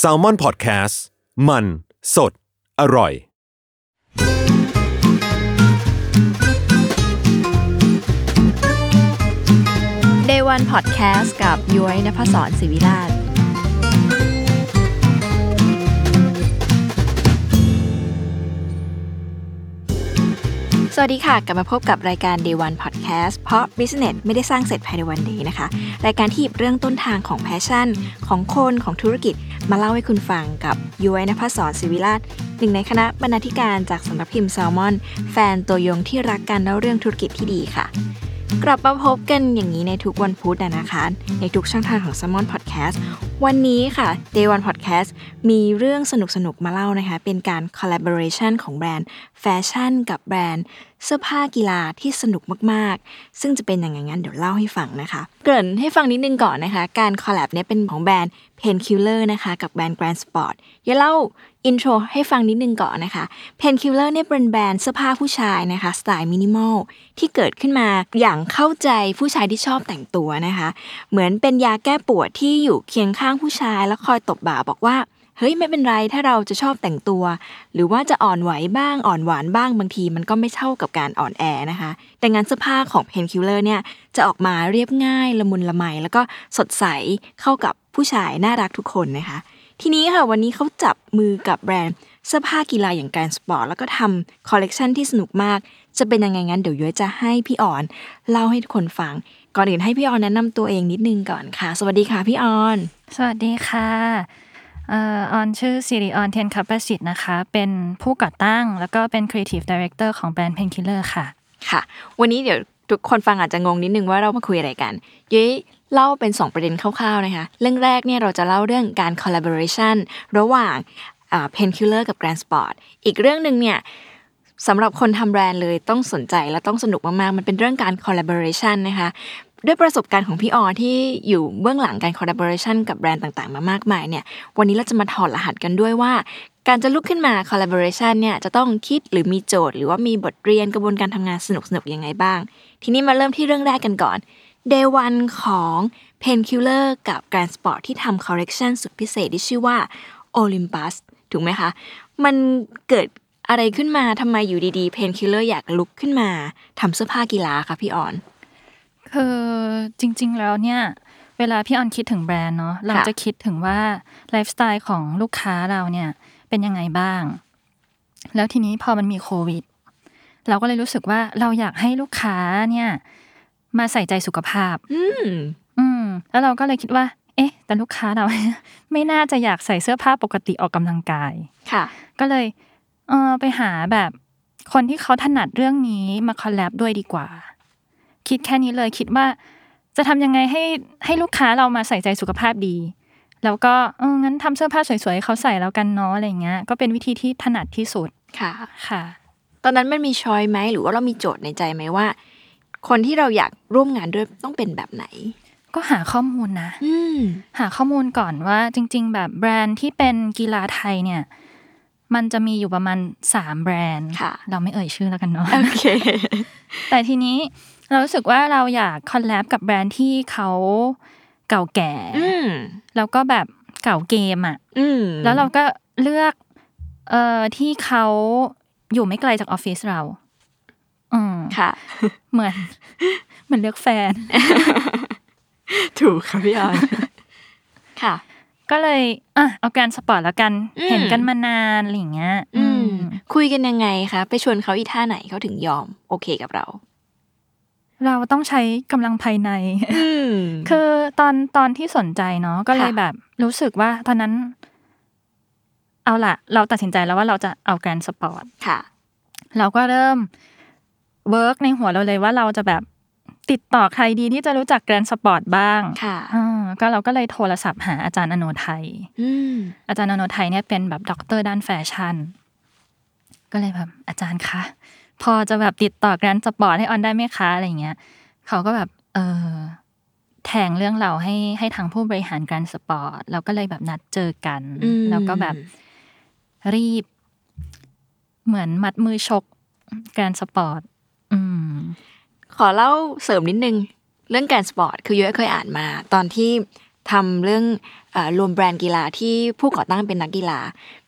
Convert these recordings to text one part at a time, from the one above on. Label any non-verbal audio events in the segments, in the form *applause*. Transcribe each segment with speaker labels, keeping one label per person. Speaker 1: s a l ม o n PODCAST มันสดอร่อย
Speaker 2: Day One Podcast กับย้อยนภศรศิวิลาศสวัสดีค่ะ กลับมาพบกับรายการ Day One Podcast เพราะ Business ไม่ได้สร้างเสร็จภายในวันเดียวนะคะ รายการที่หยิบเรื่องต้นทางของแพชชั่น ของคนของธุรกิจมาเล่าให้คุณฟังกับย้อยนภศรศิวิลาศหนึ่งในคณะบรรณาธิการจากสำนักพิมพ์แซลมอน แฟนตัวยงที่รักการเล่าเรื่องธุรกิจที่ดีค่ะ กลับมาพบกันอย่างนี้ในทุกวันพุธอะนะคะ ในทุกช่องทางของ s ซ m o n Podcast วันนี้ค่ะ Day One Podcast มีเรื่องสนุกๆ มาเล่านะคะ เป็นการ collaboration ของแบรนด์แฟชั่นกับแบรนด์ เสื้อผ้ากีฬาที่สนุกมากๆ ซึ่งจะเป็นอย่างไงงั้นเดี๋ยวเล่าให้ฟังนะคะ เกริ่นให้ฟังนิดนึงก่อนนะคะ การ collab เนี่ยเป็นของแบรนด์ Painkiller นะคะกับแบรนด์ Grand Sport เดี๋ยวเล่า อินโทรให้ฟังนิดนึงก่อนนะคะ Painkiller เนี่ยเป็นแบรนด์เสื้อผ้าผู้ชายนะคะ สไตล์มินิมอลที่เกิดขึ้นมาอย่างเข้าใจผู้ชายที่ชอบแต่งตัวนะคะ เหมือนเป็นยาแก้ปวดที่อยู่เคียงข้างผู้ชายแล้วคอยตบบ่าบอกว่า เฮ้ยไม่เป็นไรถ้าเราจะชอบแต่งตัว หรือว่าจะอ่อนไหวบ้างอ่อนหวานบ้างบางที มันก็ไม่เท่ากับการอ่อนแอนะคะ แต่งานเสื้อผ้าของ Painkiller เนี่ยจะออกมาเรียบง่ายละมุนละไมแล้วก็สดใสเข้ากับผู้ชายน่ารักทุกคนนะคะ ทีนี้ค่ะวันนี้เขาจับมือกับแบรนด์เสื้อผ้ากีฬาอย่างการสปอร์ตแล้วก็ทำคอลเลกชันที่สนุกมาก จะเป็นยังไงงั้นเดี๋ยวย้อยจะให้พี่ออน เล่าให้ทุกคนฟัง ก่อนอื่นให้พี่ออนแนะนำตัวเองนิดนึงก่อนค่ะ สวัสดีค่ะพี่ออน
Speaker 3: สวัสดีค่ะเอ่อออนชื่อสิริออนเทียนคับประสิทธิ์นะคะ เป็นผู้ก่อตั้งแล้วก็เป็น Creative Director ของแบรนด์ Painkiller ค่ะ
Speaker 2: ค่ะ วันนี้เดี๋ยวทุกคนฟังอาจจะงงนิดนึงว่าเรามาคุยอะไรกันย้อยเล่าเป็น 2 ประเด็นคร่าวๆนะคะ เรื่องแรกเนี่ยเราจะเล่าเรื่องการ collaboration ระหว่างเพนคิลเลอร์กับ Grand Sport อีกเรื่องหนึ่งเนี่ยสำหรับคนทำแบรนด์เลยต้องสนใจและต้องสนุกมากๆ มันเป็นเรื่องการ collaboration นะคะ ด้วยประสบการณ์ของพี่ออที่อยู่เบื้องหลังการ collaboration กับแบรนด์ต่างๆ มามากมายเนี่ย วันนี้เราจะมาถอดรหัสกันด้วยว่า การจะลุกขึ้นมา collaboration เนี่ยจะต้องคิดหรือมีโจทย์ หรือว่ามีบทเรียนกระบวนการทำงานสนุกๆ ยังไงบ้าง ทีนี้มาเริ่มที่เรื่องแรกกันก่อน day one ของ painkiller กับ grand sport ที่ทำ collection สุดพิเศษที่ชื่อว่า Olympus ถูกไหมคะ มันเกิดอะไรขึ้นมาทำไมอยู่ดีๆ painkiller อยากลุกขึ้นมาทำเสื้อผ้ากีฬาคะพี่ออน
Speaker 3: คือจริงๆแล้วเนี่ย เวลาพี่ออนคิดถึงแบรนด์เนาะเราจะคิดถึงว่าไลฟ์สไตล์ของลูกค้าเราเนี่ยเป็นยังไงบ้าง แล้วทีนี้พอมันมีโควิด เราก็เลยรู้สึกว่าเราอยากให้ลูกค้าเนี่ยมาใส่ใจสุขภาพ
Speaker 2: อืม
Speaker 3: อืมแล้วเราก็เลยคิดว่า เอ๊ะ แต่ลูกค้า *laughs* เรา ไม่น่าจะอยากใส่เสื้อผ้าปกติออกกำลังกาย
Speaker 2: ค่ะ
Speaker 3: ก็เลยเออไปหาแบบคนที่เขาถนัดเรื่องนี้มาคอลแลบด้วยดีกว่า คิดแค่นี้เลยคิดว่า จะทำยังไงให้ให้ลูกค้าเรามาใส่ใจสุขภาพดี แล้วก็เอองั้นทำเสื้อผ้าสวยๆให้เขาใส่แล้วกันเนาะอะไรเงี้ยก็เป็นวิธีที่ถนัดที่สุด
Speaker 2: ค่ะ
Speaker 3: ค่ะ
Speaker 2: ตอนนั้นมันมีช้อยไหมหรือว่าเรามีโจทย์ในใจไหมว่า คนที่เราอยากร่วมงานด้วยต้องเป็นแบบไหน
Speaker 3: ก็หาข้อมูลนะ
Speaker 2: อืม
Speaker 3: หาข้อมูลก่อนว่าจริง ๆ แบบแบรนด์ที่เป็นกีฬาไทยเนี่ย มันจะมีอยู่ประมาณ 3 แบรนด์
Speaker 2: ค่ะ
Speaker 3: เราไม่เอ่ยชื่อแล้วกันเนาะ
Speaker 2: โอเค
Speaker 3: *laughs* แต่ทีนี้เรารู้สึกว่าเราอยากคอลแลบกับแบรนด์ที่เขาเก่าแก่
Speaker 2: *laughs* อืม
Speaker 3: แล้วก็แบบเก่าเกมอะ่ะ
Speaker 2: อืม
Speaker 3: แล้วเราก็เลือกเอ่อที่เขาอยู่ไม่ไกลจากออฟฟิศเราอืม
Speaker 2: ค่ะ
Speaker 3: เหมือน *laughs* เหมือนเลือกแฟน
Speaker 2: ถูกค่ะพี่ออน ค่ะ
Speaker 3: ก็เลยอ่ะเอาการสปอร์ตแล้วกัน
Speaker 2: อืม
Speaker 3: เห็นกันมานานอะไรอย่างเงี้ย
Speaker 2: อืม
Speaker 3: อืม
Speaker 2: คุยกันยังไงคะ ไปชวนเขาอีท่าไหนเขาถึงยอม โอเคกับเรา
Speaker 3: เราต้องใช้กำลังภายใน
Speaker 2: อืม
Speaker 3: คือตอนตอนที่สนใจเนาะก็เลย
Speaker 2: ค่ะ
Speaker 3: แบบรู้สึกว่าตอนนั้น เอาละเราตัดสินใจแล้วว่าเราจะเอาแกรนด์สปอร์ต
Speaker 2: ค่ะ
Speaker 3: เราก็เริ่มเวิร์กในหัวเราเลยว่าเราจะแบบติดต่อใครดีที่จะรู้จักแกรนด์สปอร์ตบ้าง
Speaker 2: ค่ะ
Speaker 3: อ่าก็เราก็เลยโทรศัพท์หาอาจารย์อโนไทย
Speaker 2: อืม
Speaker 3: อาจารย์อโนไทยเนี่ยเป็นแบบด็อกเตอร์ด้านแฟชั่น ก็เลยแบบอาจารย์คะพอจะแบบติดต่อแกรนด์สปอร์ตให้ออนได้ไหมคะอะไรเงี้ยเขาก็แบบเออแทงเรื่องเราให้ให้ทางผู้บริหารแกรนด์สปอร์ตเราก็เลยแบบนัดเจอกัน
Speaker 2: อืม
Speaker 3: แล้วก็แบบรีบ เหมือนมัดมือชกแกรนด์สปอร์ตอืม
Speaker 2: ขอเล่าเสริมนิดนึง เรื่องการสปอร์ตคือยุ้ยเคยอ่านมา ตอนที่ ทำเรื่องเออรวมแบรนด์กีฬาที่ผู้ก่อตั้งเป็นนักกีฬา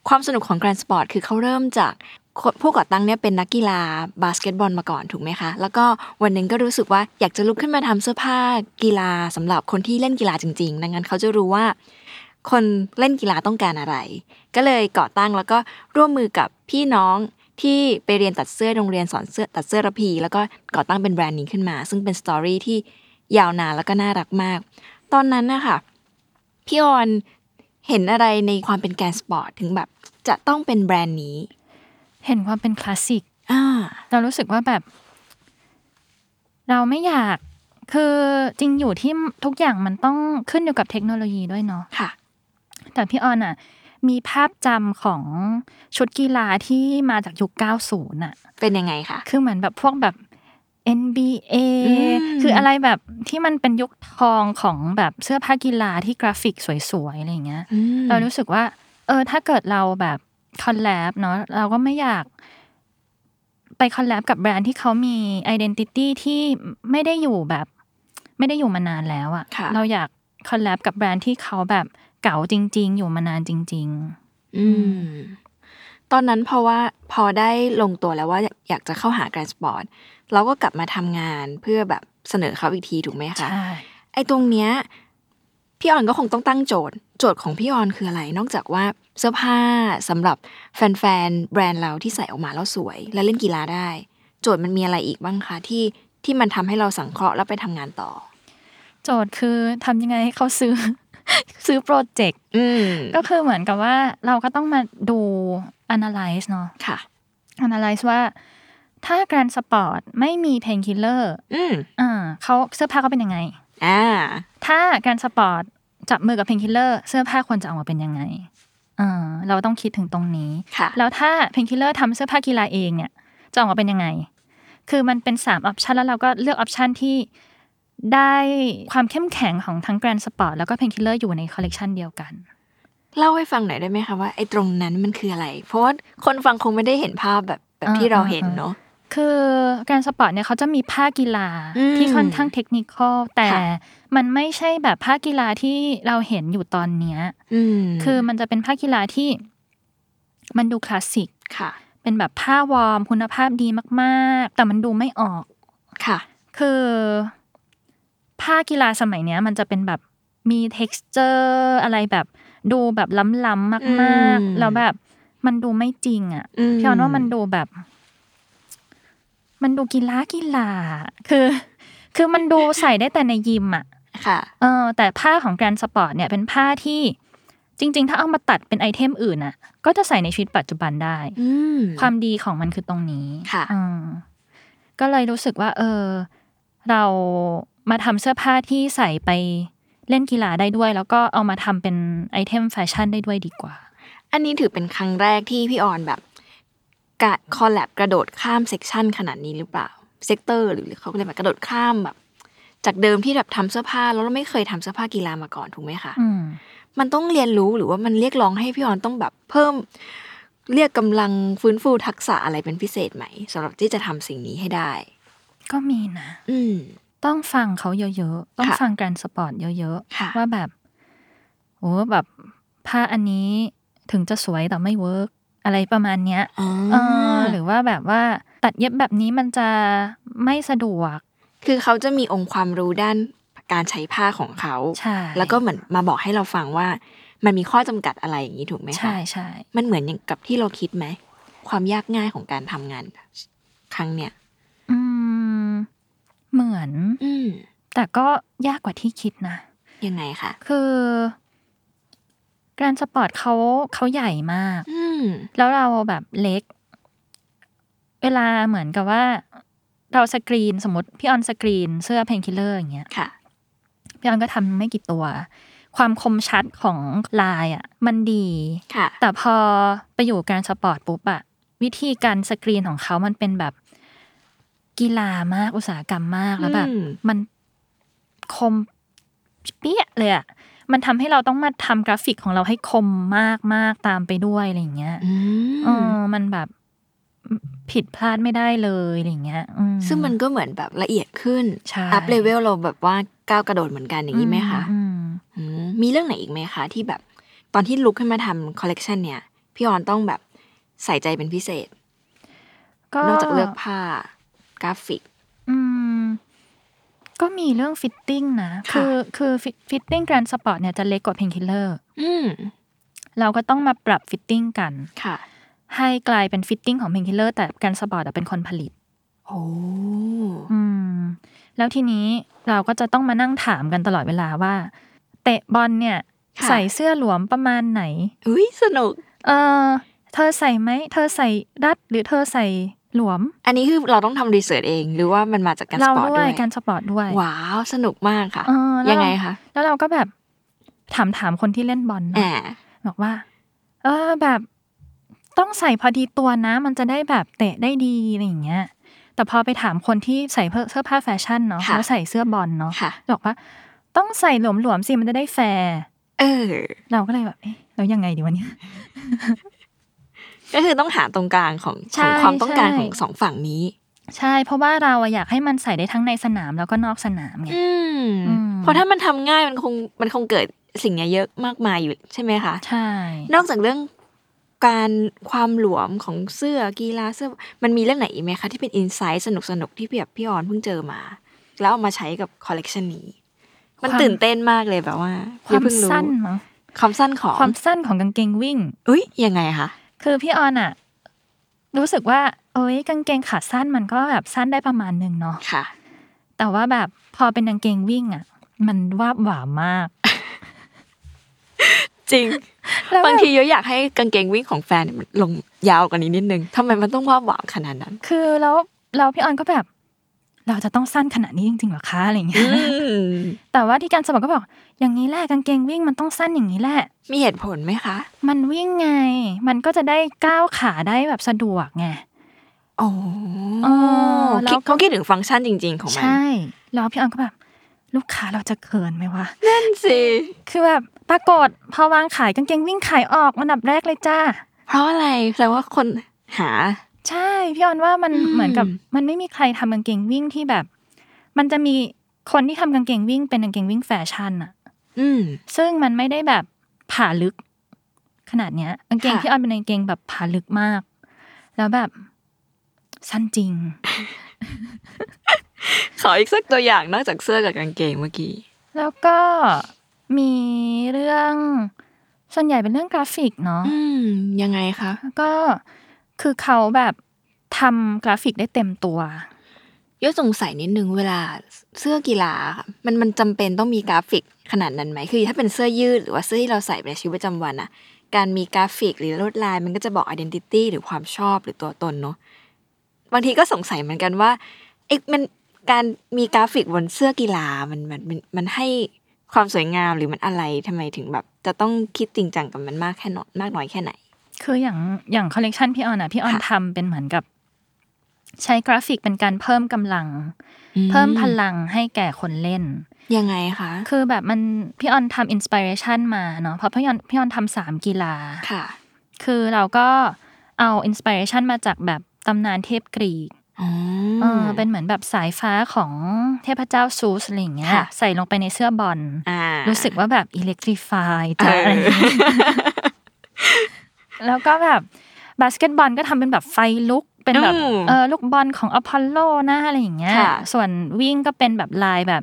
Speaker 2: ความสนุกของ Grand Sport คือเขาเริ่มจากคนผู้ก่อตั้งเนี่ยเป็นนักกีฬาบาสเกตบอลมาก่อนถูกไหมคะ แล้วก็วันหนึ่งก็รู้สึกว่าอยากจะลุกขึ้นมาทำเสื้อผ้ากีฬาสำหรับคนที่เล่นกีฬาจริง ๆ ดังนั้นเขาจะรู้ว่า คนเล่นกีฬาต้องการอะไร ก็เลยก่อตั้งแล้วก็ร่วมมือกับพี่น้องที่ไปเรียนตัดเสื้อโรงเรียนสอนเสื้อตัดเสื้อระพี แล้วก็ก่อตั้งเป็นแบรนด์นี้ขึ้นมา ซึ่งเป็นสตอรี่ที่ยาวนานแล้วก็น่ารักมาก ตอนนั้นนะคะพี่ออนเห็นอะไรในความเป็นแกนสปอร์ตถึงแบบจะต้องเป็นแบรนด์นี้
Speaker 3: เห็นความเป็นคลาสสิก
Speaker 2: อ่า
Speaker 3: เรารู้สึกว่าแบบ เราไม่อยากคือจริงอยู่ที่ทุกอย่างมันต้องขึ้นอยู่กับเทคโนโลยีด้วยเนาะ
Speaker 2: ค่ะ
Speaker 3: แต่พี่ออนอ่ะ มีภาพจำของชุดกีฬาที่มาจากยุค 90 อ่ะ
Speaker 2: เป็นยังไงคะ
Speaker 3: คือเหมือนแบบพวกแบบ NBA
Speaker 2: อืม
Speaker 3: คืออะไรแบบที่มันเป็นยุคทองของแบบเสื้อผ้ากีฬาที่กราฟิกสวยๆ อะไรอย่างเงี้ย เรารู้สึกว่า เออ ถ้าเกิดเราแบบคอลแลบเนาะเราก็ไม่อยาก ไปคอลแลบกับแบรนด์ที่เขามีไอดีนิตี้ที่ไม่ได้อยู่แบบ ไม่ได้อยู่มานานแล้วอะ
Speaker 2: ค่ะ
Speaker 3: เราอยากคอลแลบกับแบรนด์ที่เขาแบบเก่าจริง ๆ อยู่มานานจริง
Speaker 2: อืม ตอนนั้นเพราะว่าพอได้ลงตัวแล้วว่าอยากจะเข้าหาแกรนสปอร์ตเราก็กลับมาทำงานเพื่อแบบเสนอเขาอีกทีถูกไหม
Speaker 3: ๆ
Speaker 2: คะ
Speaker 3: ใช่
Speaker 2: ไอ้ตรงเนี้ยพี่ออนก็คงต้องตั้งโจทย์ โจทย์ของพี่ออนคืออะไร นอกจากว่าเสื้อผ้าสำหรับแฟนๆแบรนด์เราที่ใส่ออกมาแล้วสวย และเล่นกีฬาได้ โจทย์มันมีอะไรอีกบ้างคะที่ที่มันทำให้เราสังเคราะห์แล้วไปทำงานต่อ
Speaker 3: โจทย์คือทำยังไงให้เขาซื้อ *laughs* ซื้อโปรเจกต์
Speaker 2: อืม
Speaker 3: ก็คือเหมือนกับว่าเราก็ต้องมาดู analyze เนาะ
Speaker 2: ค่ะ
Speaker 3: analyze ว่า ถ้า Grand Sport ไม่มี painkiller
Speaker 2: อืม
Speaker 3: อ่าเขาเสื้อผ้าเขาเป็นยังไง
Speaker 2: อ่า
Speaker 3: ถ้า Grand Sport จับมือกับ painkiller เสื้อผ้าควรจะออกมาเป็นยังไงอ่าเราต้องคิดถึงตรงนี้
Speaker 2: ค่ะ
Speaker 3: แล้วถ้า painkiller ทำเสื้อผ้ากีฬาเองเนี่ยจะออกมาเป็นยังไง คือมันเป็น3ามออปชันแล้วเราก็เลือกออปชันที่ได้ความเข้มแข็งของทั้ง Grand Sport แล้วก็ painkiller อยู่ในคอลเลกชันเดียวกัน
Speaker 2: เล่าให้ฟังหน่อยได้ไหมคะว่าไอ้ตรงนั้นมันคืออะไร เพราะว่าคนฟังคงไม่ได้เห็นภาพแบบแบบที่เราเห็นเนาะ
Speaker 3: คือการสปอร์ตเนี่ยเขาจะมีผ้ากีฬา
Speaker 2: อืม
Speaker 3: ที่ค่อนข้างเทคนิคอลแต่
Speaker 2: ค่ะ
Speaker 3: มันไม่ใช่แบบผ้ากีฬาที่เราเห็นอยู่ตอนเนี้ย
Speaker 2: อืม
Speaker 3: คือมันจะเป็นผ้ากีฬาที่มันดูคลาสสิก
Speaker 2: ค่ะ
Speaker 3: เป็นแบบผ้าวอร์มคุณภาพดีมากๆ แต่มันดูไม่ออก
Speaker 2: ค่ะ
Speaker 3: คือผ้ากีฬาสมัยเนี้ย มันจะเป็นแบบมี t e x t อร์อะไรแบบดูแบบล้ำๆมาก
Speaker 2: อืม
Speaker 3: ๆ แล้วแบบมันดูไม่จริงอะ
Speaker 2: ม
Speaker 3: พี่ออนว่ามันดูแบบ มันดูกีฬากีฬา คือ คือมันดูใส่ได้แต่ในยิมอ่ะ
Speaker 2: ค่ะ
Speaker 3: เออ แต่ผ้าของแกรนสปอร์ตเนี่ยเป็นผ้าที่จริง ๆ ถ้าเอามาตัดเป็นไอเทมอื่นน่ะ ก็จะใส่ในชีวิตปัจจุบันได้
Speaker 2: อืม
Speaker 3: ความดีของมันคือตรงนี้
Speaker 2: ค่ะ
Speaker 3: อืมก็เลยรู้สึกว่า เออ เรามาทำเสื้อผ้าที่ใส่ไปเล่นกีฬาได้ด้วย แล้วก็เอามาทำเป็นไอเทมแฟชั่นได้ด้วยดีกว่า
Speaker 2: อันนี้ถือเป็นครั้งแรกที่พี่ออนแบบกะคอลแลบกระโดดข้ามเซกชันขนาดนี้หรือเปล่า เซกเตอร์หรือเขาเรียกแบบกระโดดข้ามแบบ จากเดิมที่แบบทำเสื้อผ้าแล้วเราไม่เคยทำเสื้อผ้ากีฬามาก่อนถูกไหมคะ
Speaker 3: อืม
Speaker 2: มันต้องเรียนรู้หรือว่ามันเรียกร้องให้พี่ออนต้องแบบเพิ่ม เรียกกำลังฟื้นฟูทักษะอะไรเป็นพิเศษไหมสำหรับที่จะทำสิ่งนี้ให้ได้
Speaker 3: ก็มีนะ
Speaker 2: อืม
Speaker 3: ต้องฟังเขาเยอะๆ ต้อง
Speaker 2: ค่ะ
Speaker 3: ฟังการสปอร์ตเยอะ
Speaker 2: ค่ะ
Speaker 3: ว่าแบบโอ้แบบผ้าอันนี้ถึงจะสวยแต่ไม่เวิร์กอะไรประมาณเนี้ย
Speaker 2: อ๋อ
Speaker 3: เออหรือว่าแบบว่าตัดเย็บแบบนี้มันจะไม่สะดวก
Speaker 2: คือเขาจะมีองค์ความรู้ด้านการใช้ผ้าของเขา
Speaker 3: ใช่
Speaker 2: แล้วก็เหมือนมาบอกให้เราฟังว่า มันมีข้อจำกัดอะไรอย่างนี้ถูกไหมคะ
Speaker 3: ใช่ใช่
Speaker 2: มันเหมือนอย่างกับที่เราคิดไหม ความยากง่ายของการทำงาน ครั้งเนี้ย
Speaker 3: อืมเหมือน
Speaker 2: อืม
Speaker 3: แต่ก็ยากกว่าที่คิดนะ
Speaker 2: ยังไงคะ
Speaker 3: คือการสปอร์ตเขาเขาใหญ่มาก
Speaker 2: อืม
Speaker 3: แล้วเราแบบเล็ก เวลาเหมือนกับว่า เราสกรีนสมมติพี่ออนสกรีนเสื้อเพนคิลเลอร์อย่างเงี้ย
Speaker 2: ค่ะ
Speaker 3: พี่ออนก็ทำไม่กี่ตัว ความคมชัดของลายอ่ะ มันดี
Speaker 2: ค่ะ
Speaker 3: แต่พอไปอยู่การสปอร์ตปุ๊บอะวิธีการสกรีนของเขามันเป็นแบบกีฬามากอุตสาหกรรมมากแล้วแบบ
Speaker 2: อืม
Speaker 3: มันคมเปี้ยเลยอะมันทำให้เราต้องมาทำกราฟิกของเราให้คมมากมากๆตามไปด้วยอะไรอย่างเงี้ย
Speaker 2: อื
Speaker 3: เอ
Speaker 2: ม
Speaker 3: อมันแบบผิดพลาดไม่ได้เลยอะไรอย่างเงี้ยอื
Speaker 2: ซึ่งมันก็เหมือนแบบละเอียดขึ้น
Speaker 3: ใช่
Speaker 2: อัพเลเวลเราแบบว่าก้าวกระโดดเหมือนกันอย่างนี้ไหมคะ
Speaker 3: อืม
Speaker 2: อืม มีเรื่องไหนอีกไหมคะ ที่แบบตอนที่ลุกขึ้นมาทำคอลเลกชันเนี่ย พี่ออนต้องแบบใส่ใจเป็นพิเศษ
Speaker 3: ก็
Speaker 2: นอกจากเลือกผ้ากราฟิก
Speaker 3: อืมก็มีเรื่องฟิตติ้งนะ
Speaker 2: ค่ะ
Speaker 3: คือคือฟิตติ้งแกรนสปอร์ตเนี่ยจะเล็กกว่าพิงคิลเลอร์
Speaker 2: อืม
Speaker 3: เราก็ต้องมาปรับฟิตติ้งกัน
Speaker 2: ค่ะ
Speaker 3: ให้กลายเป็นฟิตติ้งของพิงคิลเลอร์แต่แกรนสปอร์ตเป็นคนผลิต
Speaker 2: โอ้
Speaker 3: อืมแล้วทีนี้เราก็จะต้องมานั่งถามกันตลอดเวลาว่า เตะบอลเนี่ย
Speaker 2: ค่ะ
Speaker 3: ใส่เสื้อหลวมประมาณไหน
Speaker 2: อุ้ยสนุก
Speaker 3: เออเธอใส่ไหม เธอใส่รัดหรือเธอใส่หลวม
Speaker 2: อันนี้คือเราต้องทำรีเสิร์ชเอง หรือว่ามันมาจากการส
Speaker 3: เรา
Speaker 2: ปอร์ต
Speaker 3: ด้
Speaker 2: ด้
Speaker 3: ว
Speaker 2: วยย
Speaker 3: การสปอร์ตด้วย
Speaker 2: ว้าวสนุกมากค่ะ
Speaker 3: เออแล้ว
Speaker 2: ยังไงคะ
Speaker 3: แล้วเราก็แบบถามถามคนที่เล่นบอลเนอะ
Speaker 2: อ่า
Speaker 3: บอกว่า เออแบบต้องใส่พอดีตัวนะ มันจะได้แบบเตะได้ดีอะไรอย่างเงี้ย แต่พอไปถามคนที่ใส่เสื้อผ้าแฟชั่นเนาะเขาใส่เสื้อบอลเนาะ
Speaker 2: ค่ะ
Speaker 3: บอกว่าต้องใส่หลวมๆสิมันจะได้แฟร์
Speaker 2: เออ
Speaker 3: เราก็เลยแบบเอ๊ะแล้วยังไงดีวันนี้
Speaker 2: ก็คือต้องหาตรงกลางของข
Speaker 3: ใช่
Speaker 2: องความต้องการ
Speaker 3: ใช่
Speaker 2: ของสองฝั่งนี้
Speaker 3: ใช่ เพราะว่าเราอะอยากให้มันใส่ได้ทั้งในสนามแล้วก็นอกสนามไง
Speaker 2: อืม
Speaker 3: อืม
Speaker 2: เพราะถ้ามันทำง่ายมันคงมันคงเกิดสิ่งเนี้ยเยอะมากมายอยู่ใช่ไหมคะ
Speaker 3: ใช่
Speaker 2: นอกจากเรื่องการความหลวมของเสื้อกีฬาเสื้อ มันมีเรื่องไหนอีกไหมคะ ที่เป็นอินไซต์สนุกสนุกๆที่พี่แบบพี่ออนเพิ่งเจอมา แล้วเอามาใช้กับคอลเลกชันนี้ มันตื่นเต้นมากเลยแบบว่า
Speaker 3: ความ
Speaker 2: เพิ่งรู้
Speaker 3: สั้นมั้ง
Speaker 2: ความสั้นของ
Speaker 3: ความสั้นของกางเกงวิ่ง
Speaker 2: อุ้ยยังไงคะ
Speaker 3: คือพี่ออนอะรู้สึกว่าเอ้ยกางเกงขาสั้นมันก็แบบสั้นได้ประมาณหนึ่งเนาะ
Speaker 2: ค่ะ
Speaker 3: แต่ว่าแบบพอเป็นกางเกงวิ่งอะมันวาบหวามาก
Speaker 2: จริง
Speaker 3: แล้วแบบ
Speaker 2: างทีเยอะอยากให้กางเกงวิ่งของแฟนเนี่ยมันลงยาวกว่านี้นิดนึงทำไมมันต้องว่าบหวามขนาดนั้น
Speaker 3: คือแล้วเราพี่ออนก็แบบ เราจะต้องสั้นขนาดนี้จริงๆเหรอคะอะไรอย่างเงี้
Speaker 2: อื
Speaker 3: ย
Speaker 2: ม
Speaker 3: แต่ว่าที่การสมัครก็บอก อย่างนี้แหละกางเกงวิ่งมันต้องสั้นอย่างนี้แหละ
Speaker 2: มีเหตุผลไหมคะ
Speaker 3: มันวิ่งไง มันก็จะได้ก้าวขาได้แบบสะดวกไง
Speaker 2: โอ้
Speaker 3: อ๋อแล้ว
Speaker 2: เขาคิดถึงฟังก์ชันจริง ๆ ของมัน
Speaker 3: ใช่ แล้วพี่ออนก็แบบ ลูกค้าเราจะเขินไหมวะ
Speaker 2: นั่นสิ
Speaker 3: คือแบบปรากฏพอวางขายกางเกงวิ่งขายออกอันดับแรกเลยจ้า
Speaker 2: เพราะอะไรแปลว่าคนหา
Speaker 3: ใช่ พี่ออนว่ามัน
Speaker 2: อืม
Speaker 3: เหมือนกับ มันไม่มีใครทำกางเกงวิ่งที่แบบ มันจะมีคนที่ทำกางเกงวิ่งเป็นกางเกงวิ่งแฟชั่นอะ
Speaker 2: อืม
Speaker 3: ซึ่งมันไม่ได้แบบผ่าลึก ขนาดเนี้ยกางเกง
Speaker 2: ค่ะ
Speaker 3: พี่ออนเป็นกางเกงแบบผ่าลึกมาก แล้วแบบสั้นจริง
Speaker 2: ขออีกสักตัวอย่างนอกจากเสื้อกับกางเกงเมื่อกี้
Speaker 3: แล้วก็มีเรื่องส่วนใหญ่เป็นเรื่องกราฟิกเนาะ
Speaker 2: อืม ยังไงคะ
Speaker 3: แล้วก็คือเขาแบบทำกราฟิกได้เต็มตัว
Speaker 2: ยศสงสัยนิดนึงเวลาเสื้อกีฬาค่ะมันมันจำเป็นต้องมีกราฟิกขนาดนั้นไหมคือถ้าเป็นเสื้อยืดหรือว่าเสื้อที่เราใส่ในชีวิตประจำวันอะการมีกราฟิกหรือลวดลายมันก็จะบอก i d ด n t i t y หรือความชอบหรือตัวตนเนาะบางทีก็สงสัยเหมือนกันว่าเอ๊ะมันการมีกราฟิกบนเสื้อกีฬามันมันมันมันให้ความสวยงามหรือมันอะไรทำไมถึงแบบ จะต้องคิดจริงจังกับมันมากแค่นอยมากน้อยแค่ไหน
Speaker 3: คืออย่างอย่างคอลเลกชันพี่ออนอะพี่ออน
Speaker 2: ค่ะ
Speaker 3: ทำเป็นเหมือนกับ ใช้กราฟิกเป็นการเพิ่มกำลัง เพิ่มพลังให้แก่คนเล่น
Speaker 2: ยังไงคะ
Speaker 3: คือแบบมันพี่ออนทำอินสปิเรชันมาเนาะเพราะพี่ออนพี่ออนทำสามกีฬา
Speaker 2: ค่ะ
Speaker 3: คือเราก็เอาอินสปิเรชันมาจากแบบตำนานเทพกรีก
Speaker 2: อ๋อ
Speaker 3: เออเป็นเหมือนแบบสายฟ้าของเทพเจ้าซูสอะไรอย่างเงี้ย
Speaker 2: ค่ะ
Speaker 3: ใส่ลงไปในเสื้อบอล
Speaker 2: อ่า
Speaker 3: รู้สึกว่าแบบอิเล็กทริฟายจ้ะ
Speaker 2: เอออ
Speaker 3: อะไรอย่างเงี้ยแล้วก็แบบบาสเกตบอลก็ทำเป็นแบบไฟลุก เป็นแบบ
Speaker 2: อืม
Speaker 3: เออลูกบอลของอพอลโลนะอะไรอย่างเงี้ย
Speaker 2: ค่ะ
Speaker 3: ส่วนวิ่งก็เป็นแบบลายแบบ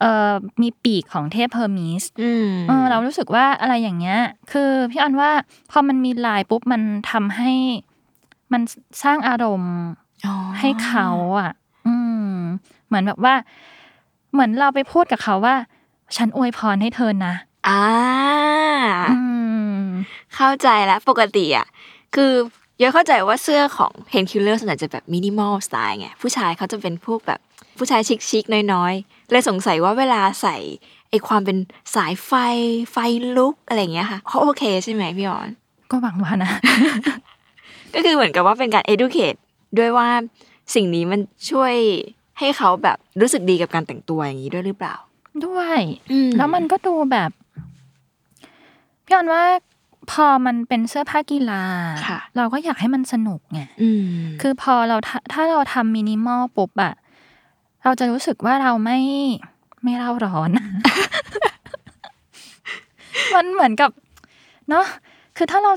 Speaker 3: เออมีปีกของเทพเฮอร์มีส
Speaker 2: อืม
Speaker 3: เออเรารู้สึกว่าอะไรอย่างเงี้ย คือพี่ออนว่าพอมันมีลายปุ๊บมันทำให้มันสร้างอารมณ์
Speaker 2: อ๋อ
Speaker 3: ให้เขาอ่ะ อืม เหมือนแบบว่า เหมือนเราไปพูดกับเขาว่า ฉันอวยพรให้เธอนะ
Speaker 2: อ่า
Speaker 3: อืม
Speaker 2: เข้าใจแล้วปกติอ่ะ คือเยอะเข้าใจว่าเสื้อของเพนคิลเลอร์ส่วนใหญ่จะแบบมินิมอลสไตล์ไง ผู้ชายเขาจะเป็นพวกแบบผู้ชายชิคๆน้อยๆ เลยสงสัยว่าเวลาใส่ไอความเป็นสายไฟไฟลุกอะไรอย่างเงี้ยค่ะเขาโอเคใช่ไหมพี่ออน
Speaker 3: ก็หวังว่านะ *laughs*
Speaker 2: ก็คือเหมือนกับว่าเป็นการ educate ด้วยว่าสิ่งนี้มันช่วยให้เขาแบบรู้สึกดีกับการแต่งตัวอย่างนี้ด้วยหรือเปล่า
Speaker 3: ด้วย
Speaker 2: อื
Speaker 3: แล้วมันก็ดูแบบ พี่ออนว่า พอมันเป็นเสื้อผ้ากีฬา
Speaker 2: ค่ะ
Speaker 3: เราก็อยากให้มันสนุกไง
Speaker 2: อืม
Speaker 3: คือพอเราถ้าถ้าเราทำมินิมอลปุ๊บอะเราจะรู้สึกว่าเราไม่ไม่เร่าร้อน *laughs* มันเหมือนกับเนาะคือถ้าเรา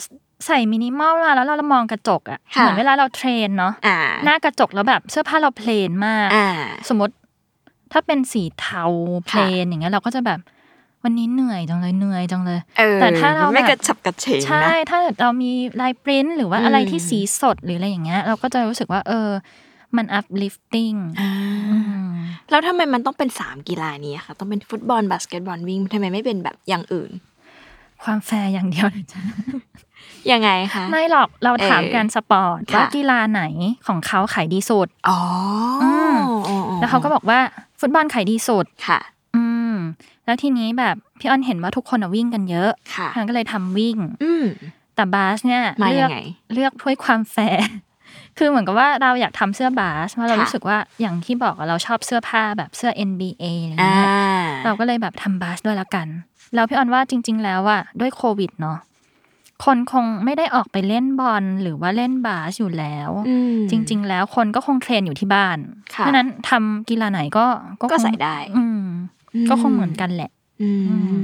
Speaker 3: ใส่มินิมอลมาแล้วเรามองกระจกอะ
Speaker 2: ค่ะ
Speaker 3: เหมือนเวลาเราเทรนเนาะ
Speaker 2: อ่า
Speaker 3: หน้ากระจกแล้วแบบเสื้อผ้าเราเพลนมาก
Speaker 2: อ่า
Speaker 3: สมมติถ้าเป็นสีเทาเพล
Speaker 2: ค่ะ
Speaker 3: นอย่างเงี้ยเราก็จะแบบวันนี้เหนื่อยจังเลยเหนื่อยจังเลย
Speaker 2: เออ
Speaker 3: แต่ถ้าเราแบบ
Speaker 2: ไม่กระฉับกระเฉง
Speaker 3: ใช่
Speaker 2: นะ
Speaker 3: ถ้าเรามีลายปริ้นท์หรือว่า
Speaker 2: อืม
Speaker 3: อะไรที่สีสดหรืออะไรอย่างเงี้ย เราก็จะรู้สึกว่า เออ มัน uplifting
Speaker 2: อ่า
Speaker 3: อืม
Speaker 2: แล้วทำไมมันต้องเป็นสามกีฬานี้อะคะต้องเป็นฟุตบอลบาสเกตบอลวิ่งทำไมไม่เป็นแบบอย่างอื่น
Speaker 3: ความแฟร์อย่างเดียวเลยจ้ะ
Speaker 2: ยังไงคะ
Speaker 3: ไม่หรอกเราถามกันสปอร์ต
Speaker 2: ค่ะ
Speaker 3: ว่ากีฬาไหนของเขาขายดีสุด
Speaker 2: อ๋ออ
Speaker 3: ม
Speaker 2: อ๋ออ๋
Speaker 3: แล้วเขาก็บอกว่าฟุตบอลขายดีสุด
Speaker 2: ค่ะ
Speaker 3: อืม แล้วทีนี้แบบพี่อ้อนเห็นว่าทุกคนอะวิ่งกันเยอะ
Speaker 2: ค่ะ
Speaker 3: ทางก็เลยทำวิ่ง
Speaker 2: อืม
Speaker 3: แต่บาสเนี่ย
Speaker 2: มา
Speaker 3: เลื
Speaker 2: ยั
Speaker 3: อก
Speaker 2: งไง
Speaker 3: เลือกด้วยความแฟร์ *laughs* คือเหมือนกับว่าเราอยากทำเสื้อบาสเพราะเรา
Speaker 2: ค่ะ
Speaker 3: รู้สึกว่าอย่างที่บอกอะเราชอบเสื้อผ้าแบบเสื้อ NBA อะไร
Speaker 2: อ่า
Speaker 3: เงี้ยเราก็เลยแบบทำบาสด้วยละกัน แล้วพี่ออนว่าจริง ๆ แล้วอะด้วยโควิดเนาะคนคงไม่ได้ออกไปเล่นบอลหรือว่าเล่นบาสอยู่แล้ว
Speaker 2: อืม
Speaker 3: จริง ๆ แล้วคนก็คงเทรนอยู่ที่บ้าน
Speaker 2: ค่ะ
Speaker 3: เพราะฉะนั้นทำกีฬาไหนก็
Speaker 2: ก็
Speaker 3: คง
Speaker 2: ใส่ได้
Speaker 3: อืม ก็คงเหมือนกันแหละ
Speaker 2: อืม
Speaker 3: อืม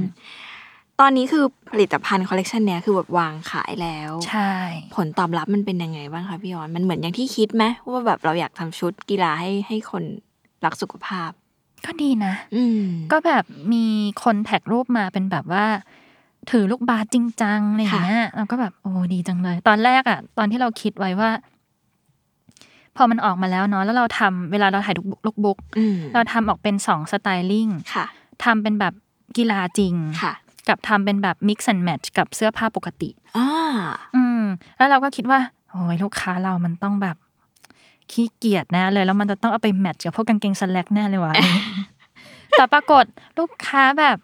Speaker 2: ตอนนี้คือผลิตภัณฑ์คอลเลกชันเนี้ยคือแบบวางขายแล้ว
Speaker 3: ใช่
Speaker 2: ผลตอบรับมันเป็นยังไงบ้างคะพี่ออน มันเหมือนอย่างที่คิดไหมว่าแบบเราอยากทำชุดกีฬาให้ให้คนรักสุขภาพ
Speaker 3: ก็ดีนะ
Speaker 2: อืม
Speaker 3: ก็แบบมีคนแท็กรูปมาเป็นแบบว่า ถือลูกบาสจริงจังอะไรอย่างเงี้ยเราก็แบบโอ้ดีจังเลย ตอนแรกอะตอนที่เราคิดไว้ว่า พอมันออกมาแล้วเนาะแล้วเราทำเวลาเราถ่ายลูกบุ๊ก
Speaker 2: อืม
Speaker 3: เราทำออกเป็นสองสไตลิ่ง
Speaker 2: ค่ะ
Speaker 3: ทำเป็นแบบกีฬาจริง
Speaker 2: ค่ะ
Speaker 3: กับทำเป็นแบบ mix and match กับเสื้อผ้าปกติ
Speaker 2: อ่า
Speaker 3: อืม แล้วเราก็คิดว่าโอ้ยลูกค้าเรามันต้องแบบ ขี้เกียจแน่เลย แล้วมันจะต้องเอาไปแมทช์กับพวกกางเกงสแลกแน่เลยวะ แต่ปรากฏลูกค้าแบบ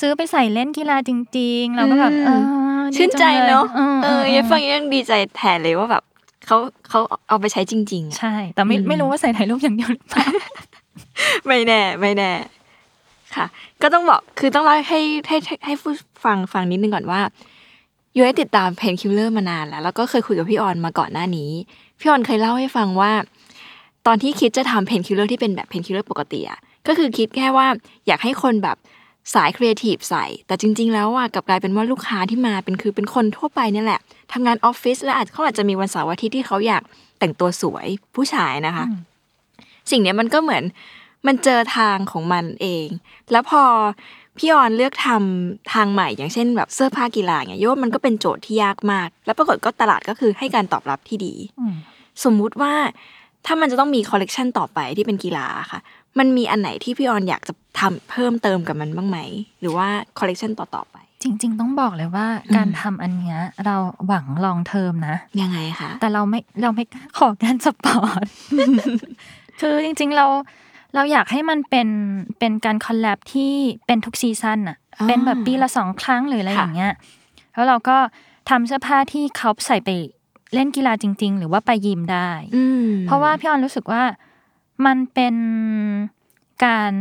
Speaker 3: ซื้อไปใส่เล่นกีฬาจริง ๆ เราก็แบบเออดี
Speaker 2: ชื่นใจ
Speaker 3: งลย
Speaker 2: เนาะ
Speaker 3: อืม
Speaker 2: เออยังฟังยังดีใจแทนเลยว่าแบบเขาเขาเอาไปใช้จริง ๆอะ
Speaker 3: ใช่ แต่ไม่
Speaker 2: อืม
Speaker 3: ไม่รู้ว่าใส่ถ่ายรูปอย่างเดียวหรือเปล่า
Speaker 2: *laughs* ไม่แน่ไม่แน่ ค่ะ ก็ต้องบอกคือต้องเล่าให้ให้ให้ให้ผู้ฟังฟังนิดนึงก่อนว่ายูได้ติดตามเพนคิลเลอร์มานานแล้ว แล้วก็เคยคุยกับพี่ออนมาก่อนหน้านี้ พี่ออนเคยเล่าให้ฟังว่า ตอนที่คิดจะทำเพนคิลเลอร์ที่เป็นแบบเพนคิลเลอร์ปกติอะก็คือคิดแค่ว่าอยากให้คนแบบสายครีเอทีฟใส่ แต่จริง ๆ แล้วอะกลับกลายเป็นว่าลูกค้าที่มาเป็นคือเป็นคนทั่วไปเนี่ยแหละทำงานออฟฟิศและอาจเขาอาจจะมีวันเสาร์อาทิตย์ที่เขาอยากแต่งตัวสวยผู้ชายนะคะ
Speaker 3: อืม
Speaker 2: สิ่งเนี้ยมันก็เหมือนมันเจอทางของมันเอง แล้วพอพี่ออนเลือกทำทางใหม่ อย่างเช่นแบบเสื้อผ้ากีฬาเนี่ยโยมมันก็เป็นโจทย์ที่ยากมาก แล้วปรากฏก็ตลาดก็คือให้การตอบรับที่ดี
Speaker 3: อืม
Speaker 2: สมมุติว่าถ้ามันจะต้องมีคอลเลกชันต่อไปที่เป็นกีฬาค่ะ มันมีอันไหนที่พี่ออนอยากจะทำเพิ่มเติมกับมันบ้างไหม หรือว่าคอลเลกชันต่อๆไป
Speaker 3: จริง ๆ ต้องบอกเลยว่า
Speaker 2: อืม
Speaker 3: การทำอันเนี้ย เราหวังลองเทอมนะ
Speaker 2: ยังไงคะ
Speaker 3: แต่เราไม่เราไม่กล้าขอการสปอร์ต *laughs* คือจริงๆเราเราอยากให้มันเป็นเป็นการคอลแลบที่เป็นทุกซีซันอะ
Speaker 2: อ่า
Speaker 3: เป็นแบบปีละสองครั้งหรืออะไร
Speaker 2: ค่ะ
Speaker 3: อย่างเงี้ย แล้วเราก็ทำเสื้อผ้าที่เขาใส่ไปเล่นกีฬาจริง ๆ หรือว่าไปยิมได้
Speaker 2: อืม
Speaker 3: เพราะว่าพี่ออนรู้สึกว่ามันเป็นการ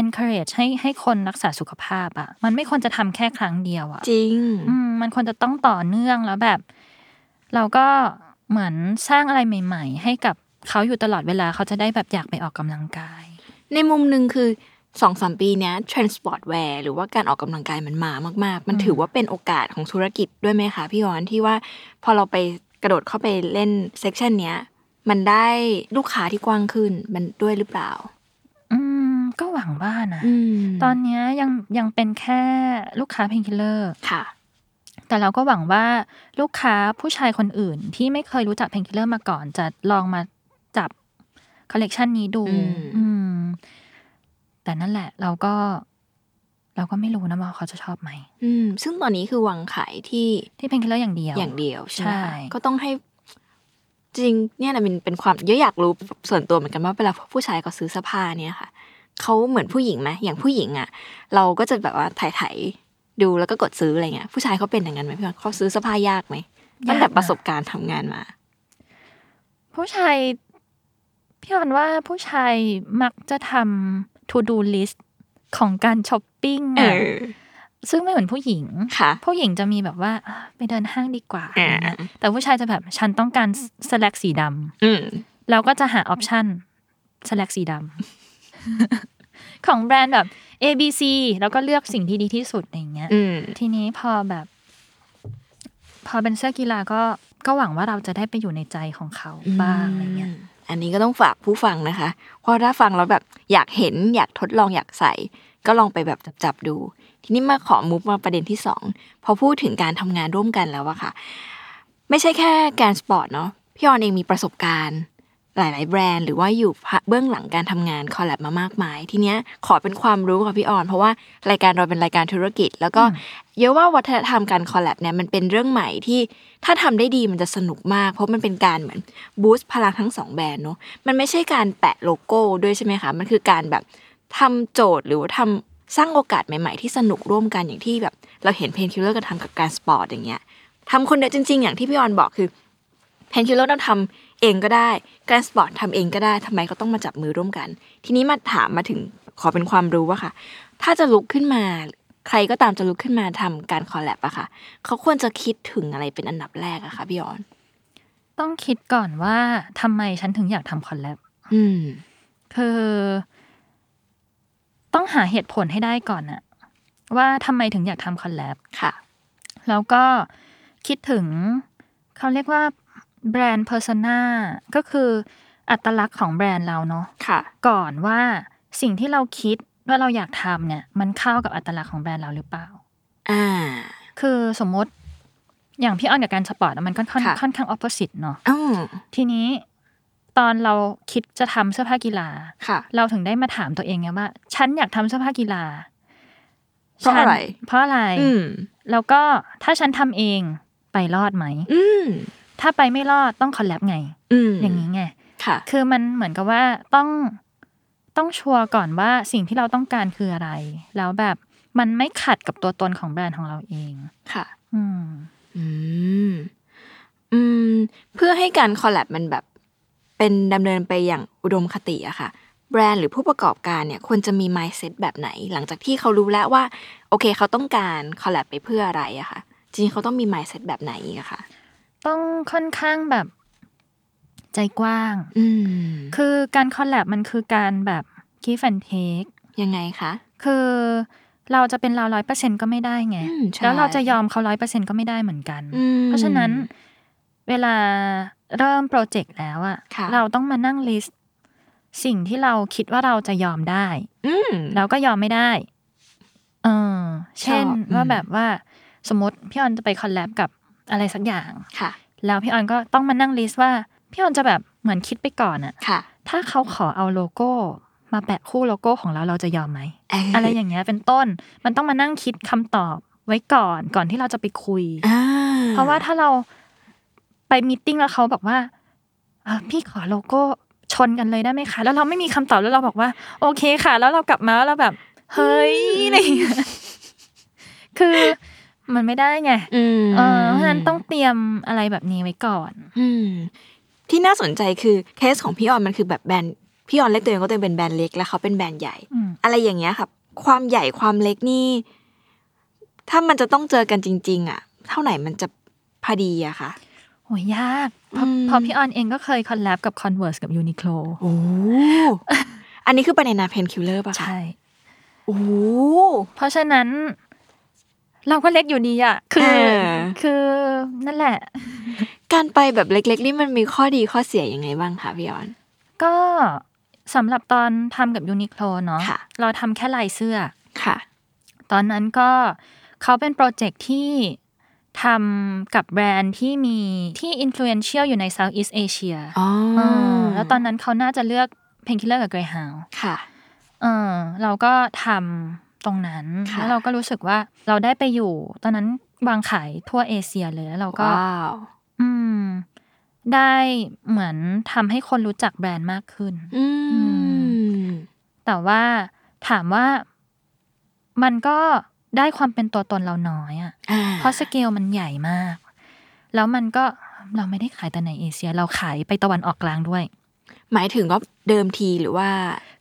Speaker 3: encourage ให้ให้คนรักษาสุขภาพอะมันไม่ควรจะทำแค่ครั้งเดียวอะ
Speaker 2: จริง
Speaker 3: อืมมันควรจะต้องต่อเนื่องแล้วแบบ เราก็เหมือนสร้างอะไรใหม่ ๆ ให้กับเขาอยู่ตลอดเวลาเขาจะได้แบบอยากไปออกกำลังกาย
Speaker 2: ในมุมหนึ่งคือสองสามปีเนี้ยเทรนด์สปอร์ตแวร์หรือว่าการออกกำลังกายมันมามาก ๆ มัน
Speaker 3: อืม
Speaker 2: ถือว่าเป็นโอกาสของธุรกิจด้วยไหมคะพี่ย้อนที่ว่าพอเราไปกระโดดเข้าไปเล่นเซกชันเนี้ยมันได้ลูกค้าที่กว้างขึ้นมันด้วยหรือเปล่า
Speaker 3: อืมก็หวังว่านะ
Speaker 2: อืม
Speaker 3: ตอนเนี้ยยังยังเป็นแค่ลูกค้าเพนคิลเลอร์
Speaker 2: ค่ะ
Speaker 3: แต่เราก็หวังว่าลูกค้าผู้ชายคนอื่น ที่ไม่เคยรู้จักเพนคิลเลอร์มาก่อน จะลองมาจับคอลเลกชันนี้ดู
Speaker 2: อืม
Speaker 3: อืม แต่นั่นแหละ เราก็ เราก็ไม่รู้นะว่าเขาจะชอบไหม
Speaker 2: อืมซึ่งตอนนี้คือวางขายที่
Speaker 3: ที่เพนคิลเลอร์อย่างเดียว
Speaker 2: อย่างเดียวใช่ไหม
Speaker 3: ใช่
Speaker 2: คะก็ต้องให้จริงเนี่ยนะเป็นเป็นความเยอะอยากรู้ส่วนตัวเหมือนกันว่าเวลาผู้ชายเขาซื้อเสื้อผ้าเนี่ยค่ะเขาเหมือนผู้หญิงไหมอย่างผู้หญิงอ่ะ เราก็จะแบบว่าถ่ายถ่ายๆดูแล้วก็กดซื้ออะไรเงี้ยผู้ชายเขาเป็นอย่างนั้นไหมพี่วันเขาซื้อเสื้อผ้ายากไหมตั้งแต่ประสบการณ์ทำงานมา
Speaker 3: ผู้ชายพี่ออนว่าผู้ชายมักจะทำ to do list ของการช้อปปิ้ง
Speaker 2: เอ
Speaker 3: อะ
Speaker 2: อ
Speaker 3: ซึ่งไม่เหมือนผู้หญิง
Speaker 2: ค่ะ
Speaker 3: ผู้หญิงจะมีแบบว่าอ่ะไปเดินห้างดีกว่า
Speaker 2: อ่า
Speaker 3: อะไรเงี้ยแต่ผู้ชายจะแบบฉันต้องการ select สีด
Speaker 2: อืม
Speaker 3: ำเราก็จะหา option select สีดำ *laughs* ของแบรนด์แบบ A B C แล้วก็เลือกสิ่งที่ดีที่สุดอย่างเงี้ย
Speaker 2: อืม
Speaker 3: ทีนี้พอแบบ พอเป็นเสื้อกีฬาก็ก็หวังว่าเราจะได้ไปอยู่ในใจของเขาบ้างอะไรเงี้ย
Speaker 2: อันนี้ก็ต้องฝากผู้ฟังนะคะเพราะถ้าฟังแล้วแบบอยากเห็นอยากทดลองอยากใส่ ก็ลองไปแบบจับๆดู ทีนี้มาขอมุฟมาประเด็นที่สองพอพูดถึงการทำงานร่วมกันแล้วอะค่ะ ไม่ใช่แค่การสปอร์ตเนาะพี่ออนเองมีประสบการณ์ หลาย ๆ แบรนด์หรือว่าอยู่เบื้องหลังการทำงานคอลแลบมามากมาย ทีเนี้ยขอเป็นความรู้ค่ะพี่ออน เพราะว่ารายการเราเป็นรายการธุรกิจ แล้วก็เยอะว่าวัฒนธรรมการคอลแลบเนี่ยมันเป็นเรื่องใหม่ที่ถ้าทำได้ดีมันจะสนุกมาก เพราะมันเป็นการเหมือนบูสต์พลังทั้งสองแบรนด์เนาะมันไม่ใช่การแปะโลโก้ด้วยใช่ไหมคะมันคือการแบบทำโจทย์หรือว่าทำสร้างโอกาสใหม่ ๆ ที่สนุกร่วมกันอย่างที่แบบ เราเห็นเพนคิลเลอร์กันทำกับการสปอร์ตอย่างเงี้ยทำคนเดียวจริง ๆ อย่างที่พี่ออนบอกคือ แพนคิลเลอร์ต้องทำเองก็ได้ แกรนสปอร์ตทำเองก็ได้ ทำไมก็ต้องมาจับมือร่วมกัน ทีนี้มาถามมาถึงขอเป็นความรู้ว่าค่ะ ถ้าจะลุกขึ้นมา ใครก็ตามจะลุกขึ้นมาทำการคอลแลบอะค่ะ เขาควรจะคิดถึงอะไรเป็นอันดับแรกอะคะพี่ออน
Speaker 3: ต้องคิดก่อนว่าทำไมฉันถึงอยากทำคอนแลบ
Speaker 2: อืม
Speaker 3: คือต้องหาเหตุผลให้ได้ก่อนอะว่าทำไมถึงอยากทำคอนแลบ
Speaker 2: ค่ะ
Speaker 3: แล้วก็คิดถึงเขาเรียกว่าแบรนด์เพอร์ซนาก็คืออัตลักษณ์ของแบรนด์เราเนาะ
Speaker 2: ค่ะ
Speaker 3: ก่อนว่าสิ่งที่เราคิดว่าเราอยากทำเนี่ยมันเข้ากับอัตลักษณ์ของแบรนด์เราหรือเปล่า
Speaker 2: อ่า
Speaker 3: คือสมมติอย่างพี่อ้อนกับการสปอร์ตอะมันค่อนข้าง
Speaker 2: ค่ะ
Speaker 3: ค่อนข้างออป o s สิตเนาะ
Speaker 2: อืม
Speaker 3: ทีนี้ตอนเราคิดจะทำเสื้อผ้ากีฬา
Speaker 2: ค่ะ
Speaker 3: เราถึงได้มาถามตัวเองไงว่า ฉันอยากทำเสื้อผ้ากีฬา
Speaker 2: เพราะอะไร
Speaker 3: ฉันเพราะอะไร
Speaker 2: อืม
Speaker 3: แล้วก็ถ้าฉันทำเองไปรอดไหม
Speaker 2: อืม
Speaker 3: ถ้าไปไม่รอดต้องคอลแลบไง
Speaker 2: อืม
Speaker 3: อย่างนี้ไง
Speaker 2: ค่ะ
Speaker 3: คือมันเหมือนกับว่าต้องต้องชัวร์ก่อนว่าสิ่งที่เราต้องการคืออะไร แล้วแบบมันไม่ขัดกับตัวตนของแบรนด์ของเราเอง
Speaker 2: ค่ะ
Speaker 3: อืม
Speaker 2: อืม อืม เพื่อให้การคอลแลบมันแบบเป็นดำเนินไปอย่างอุดมคติอะค่ะ แบรนด์หรือผู้ประกอบการเนี่ยควรจะมี mindset แบบไหน หลังจากที่เขารู้แล้วว่า โอเค เขาต้องการคอลแลบไปเพื่ออะไรอะค่ะ จริงๆเขาต้องมี mindset แบบไหนอีกอะค่ะ
Speaker 3: ต้องค่อนข้างแบบใจกว้าง
Speaker 2: อืม
Speaker 3: คือการคอลแลบมันคือการแบบคีฟันเทค
Speaker 2: ยังไงคะ
Speaker 3: คือเราจะเป็นเราร้อยเปอร์เซ็นก็ไม่ได้ไง
Speaker 2: อืมใช่
Speaker 3: แล้วเราจะยอมเขาร้อยเปอร์เซ็นก็ไม่ได้เหมือนกัน
Speaker 2: อืม
Speaker 3: เพราะฉะนั้นเวลาเริ่มโปรเจกต์แล้วอะ
Speaker 2: ค่ะ
Speaker 3: เราต้องมานั่งลิสต์สิ่งที่เราคิดว่าเราจะยอมได้
Speaker 2: อืม
Speaker 3: แล้วก็ยอมไม่ได้ เออ เช่น
Speaker 2: ชอบอืม
Speaker 3: ว่าแบบว่าสมมติพี่ออนจะไปคอลแลบกับอะไรสักอย่าง
Speaker 2: ค่ะ
Speaker 3: แล้วพี่ออนก็ต้องมานั่งลิสต์ว่าพี่ออนจะแบบเหมือนคิดไปก่อนอะ
Speaker 2: ค่ะ
Speaker 3: ถ้าเขาขอเอาโลโก้ มาแปะคู่โลโก้ของเราเราจะยอมไหม
Speaker 2: เย
Speaker 3: อะไรอย่างเงี้ยเป็นต้น มันต้องมานั่งคิดคำตอบไว้ก่อนก่อนที่เราจะไปคุย
Speaker 2: อ่า
Speaker 3: เพราะว่าถ้าเราไปมีตติ้งแล้วเขาบอกว่าเอ่อพี่ขอโลโก้ชนกันเลยได้ไหมคะ แล้วเราไม่มีคำตอบแล้วเราบอกว่า โอเคค่ะ แล้วเรากลับมาแล้วเราแบบ เฮ้ยอะไรอย่างเงี้ย *laughs* คือมันไม่ได้ไง
Speaker 2: อืม
Speaker 3: เออเพราะฉะนั้นต้องเตรียมอะไรแบบนี้ไว้ก่อน
Speaker 2: อืมที่น่าสนใจคือเคสของพี่ออนมันคือแบบแบรนด์พี่ออนเล็กตัวเองก็ตัวเองเป็นแบรนด์เล็กแล้วเขาเป็นแบรนด์ใหญ่
Speaker 3: อืม
Speaker 2: อะไรอย่างเงี้ยครับ ความใหญ่ความเล็กนี่ ถ้ามันจะต้องเจอกันจริง ๆ อ่ะ เท่าไหร่มันจะพอดีอะค่ะ
Speaker 3: โหยากเพราะ
Speaker 2: อืม
Speaker 3: เพราะพี่ออนเองก็เคยคอลแลบกับ Converse กับ Uniqlo
Speaker 2: โอ้อันนี้คือไปในนามเพนคิลเลอร์ป่ะคะ
Speaker 3: ใช่
Speaker 2: โอ้
Speaker 3: เพราะฉะนั้น เราก็เล็กอยู่ดีอะคือ
Speaker 2: เออ
Speaker 3: คือนั่นแหละ
Speaker 2: การไปแบบเล็ก ๆ นี่มันมีข้อดีข้อเสียยังไงบ้างคะพี่ออน
Speaker 3: ก็สำหรับตอนทำกับยูนิโคลเนาะ
Speaker 2: ค่ะ
Speaker 3: เราทำแค่ลายเสื้อ
Speaker 2: ค่ะ
Speaker 3: ตอนนั้นก็เขาเป็นโปรเจกต์ที่ทำกับแบรนด์ที่มีที่อิ f ฟ u e n เ i ียลอยู่ใน Southeast Asia
Speaker 2: อ๋ออ
Speaker 3: มแล้วตอนนั้นเขาน่าจะเลือกเพนคิลเลอร์กับเกรฮาว
Speaker 2: ค่ะ
Speaker 3: เออเราก็ทำตรงนั้น
Speaker 2: ค่ะ
Speaker 3: แล้วเราก็รู้สึกว่าเราได้ไปอยู่ ตอนนั้นวางขายทั่วเอเชียเลยแล้วเราก็
Speaker 2: ว้าว
Speaker 3: อืม ได้เหมือนทำให้คนรู้จักแบรนด์มากขึ้น
Speaker 2: อืม
Speaker 3: แต่ว่าถามว่ามันก็ได้ความเป็นตัวตนเราน้อยอะ่ะ
Speaker 2: อ่า
Speaker 3: เพราะสเกลมันใหญ่มาก แล้วมันก็เราไม่ได้ขายแต่ในเอเชีย เราขายไปตะวันออกกลางด้วย
Speaker 2: หมายถึงว่าเดิมทีหรือว่า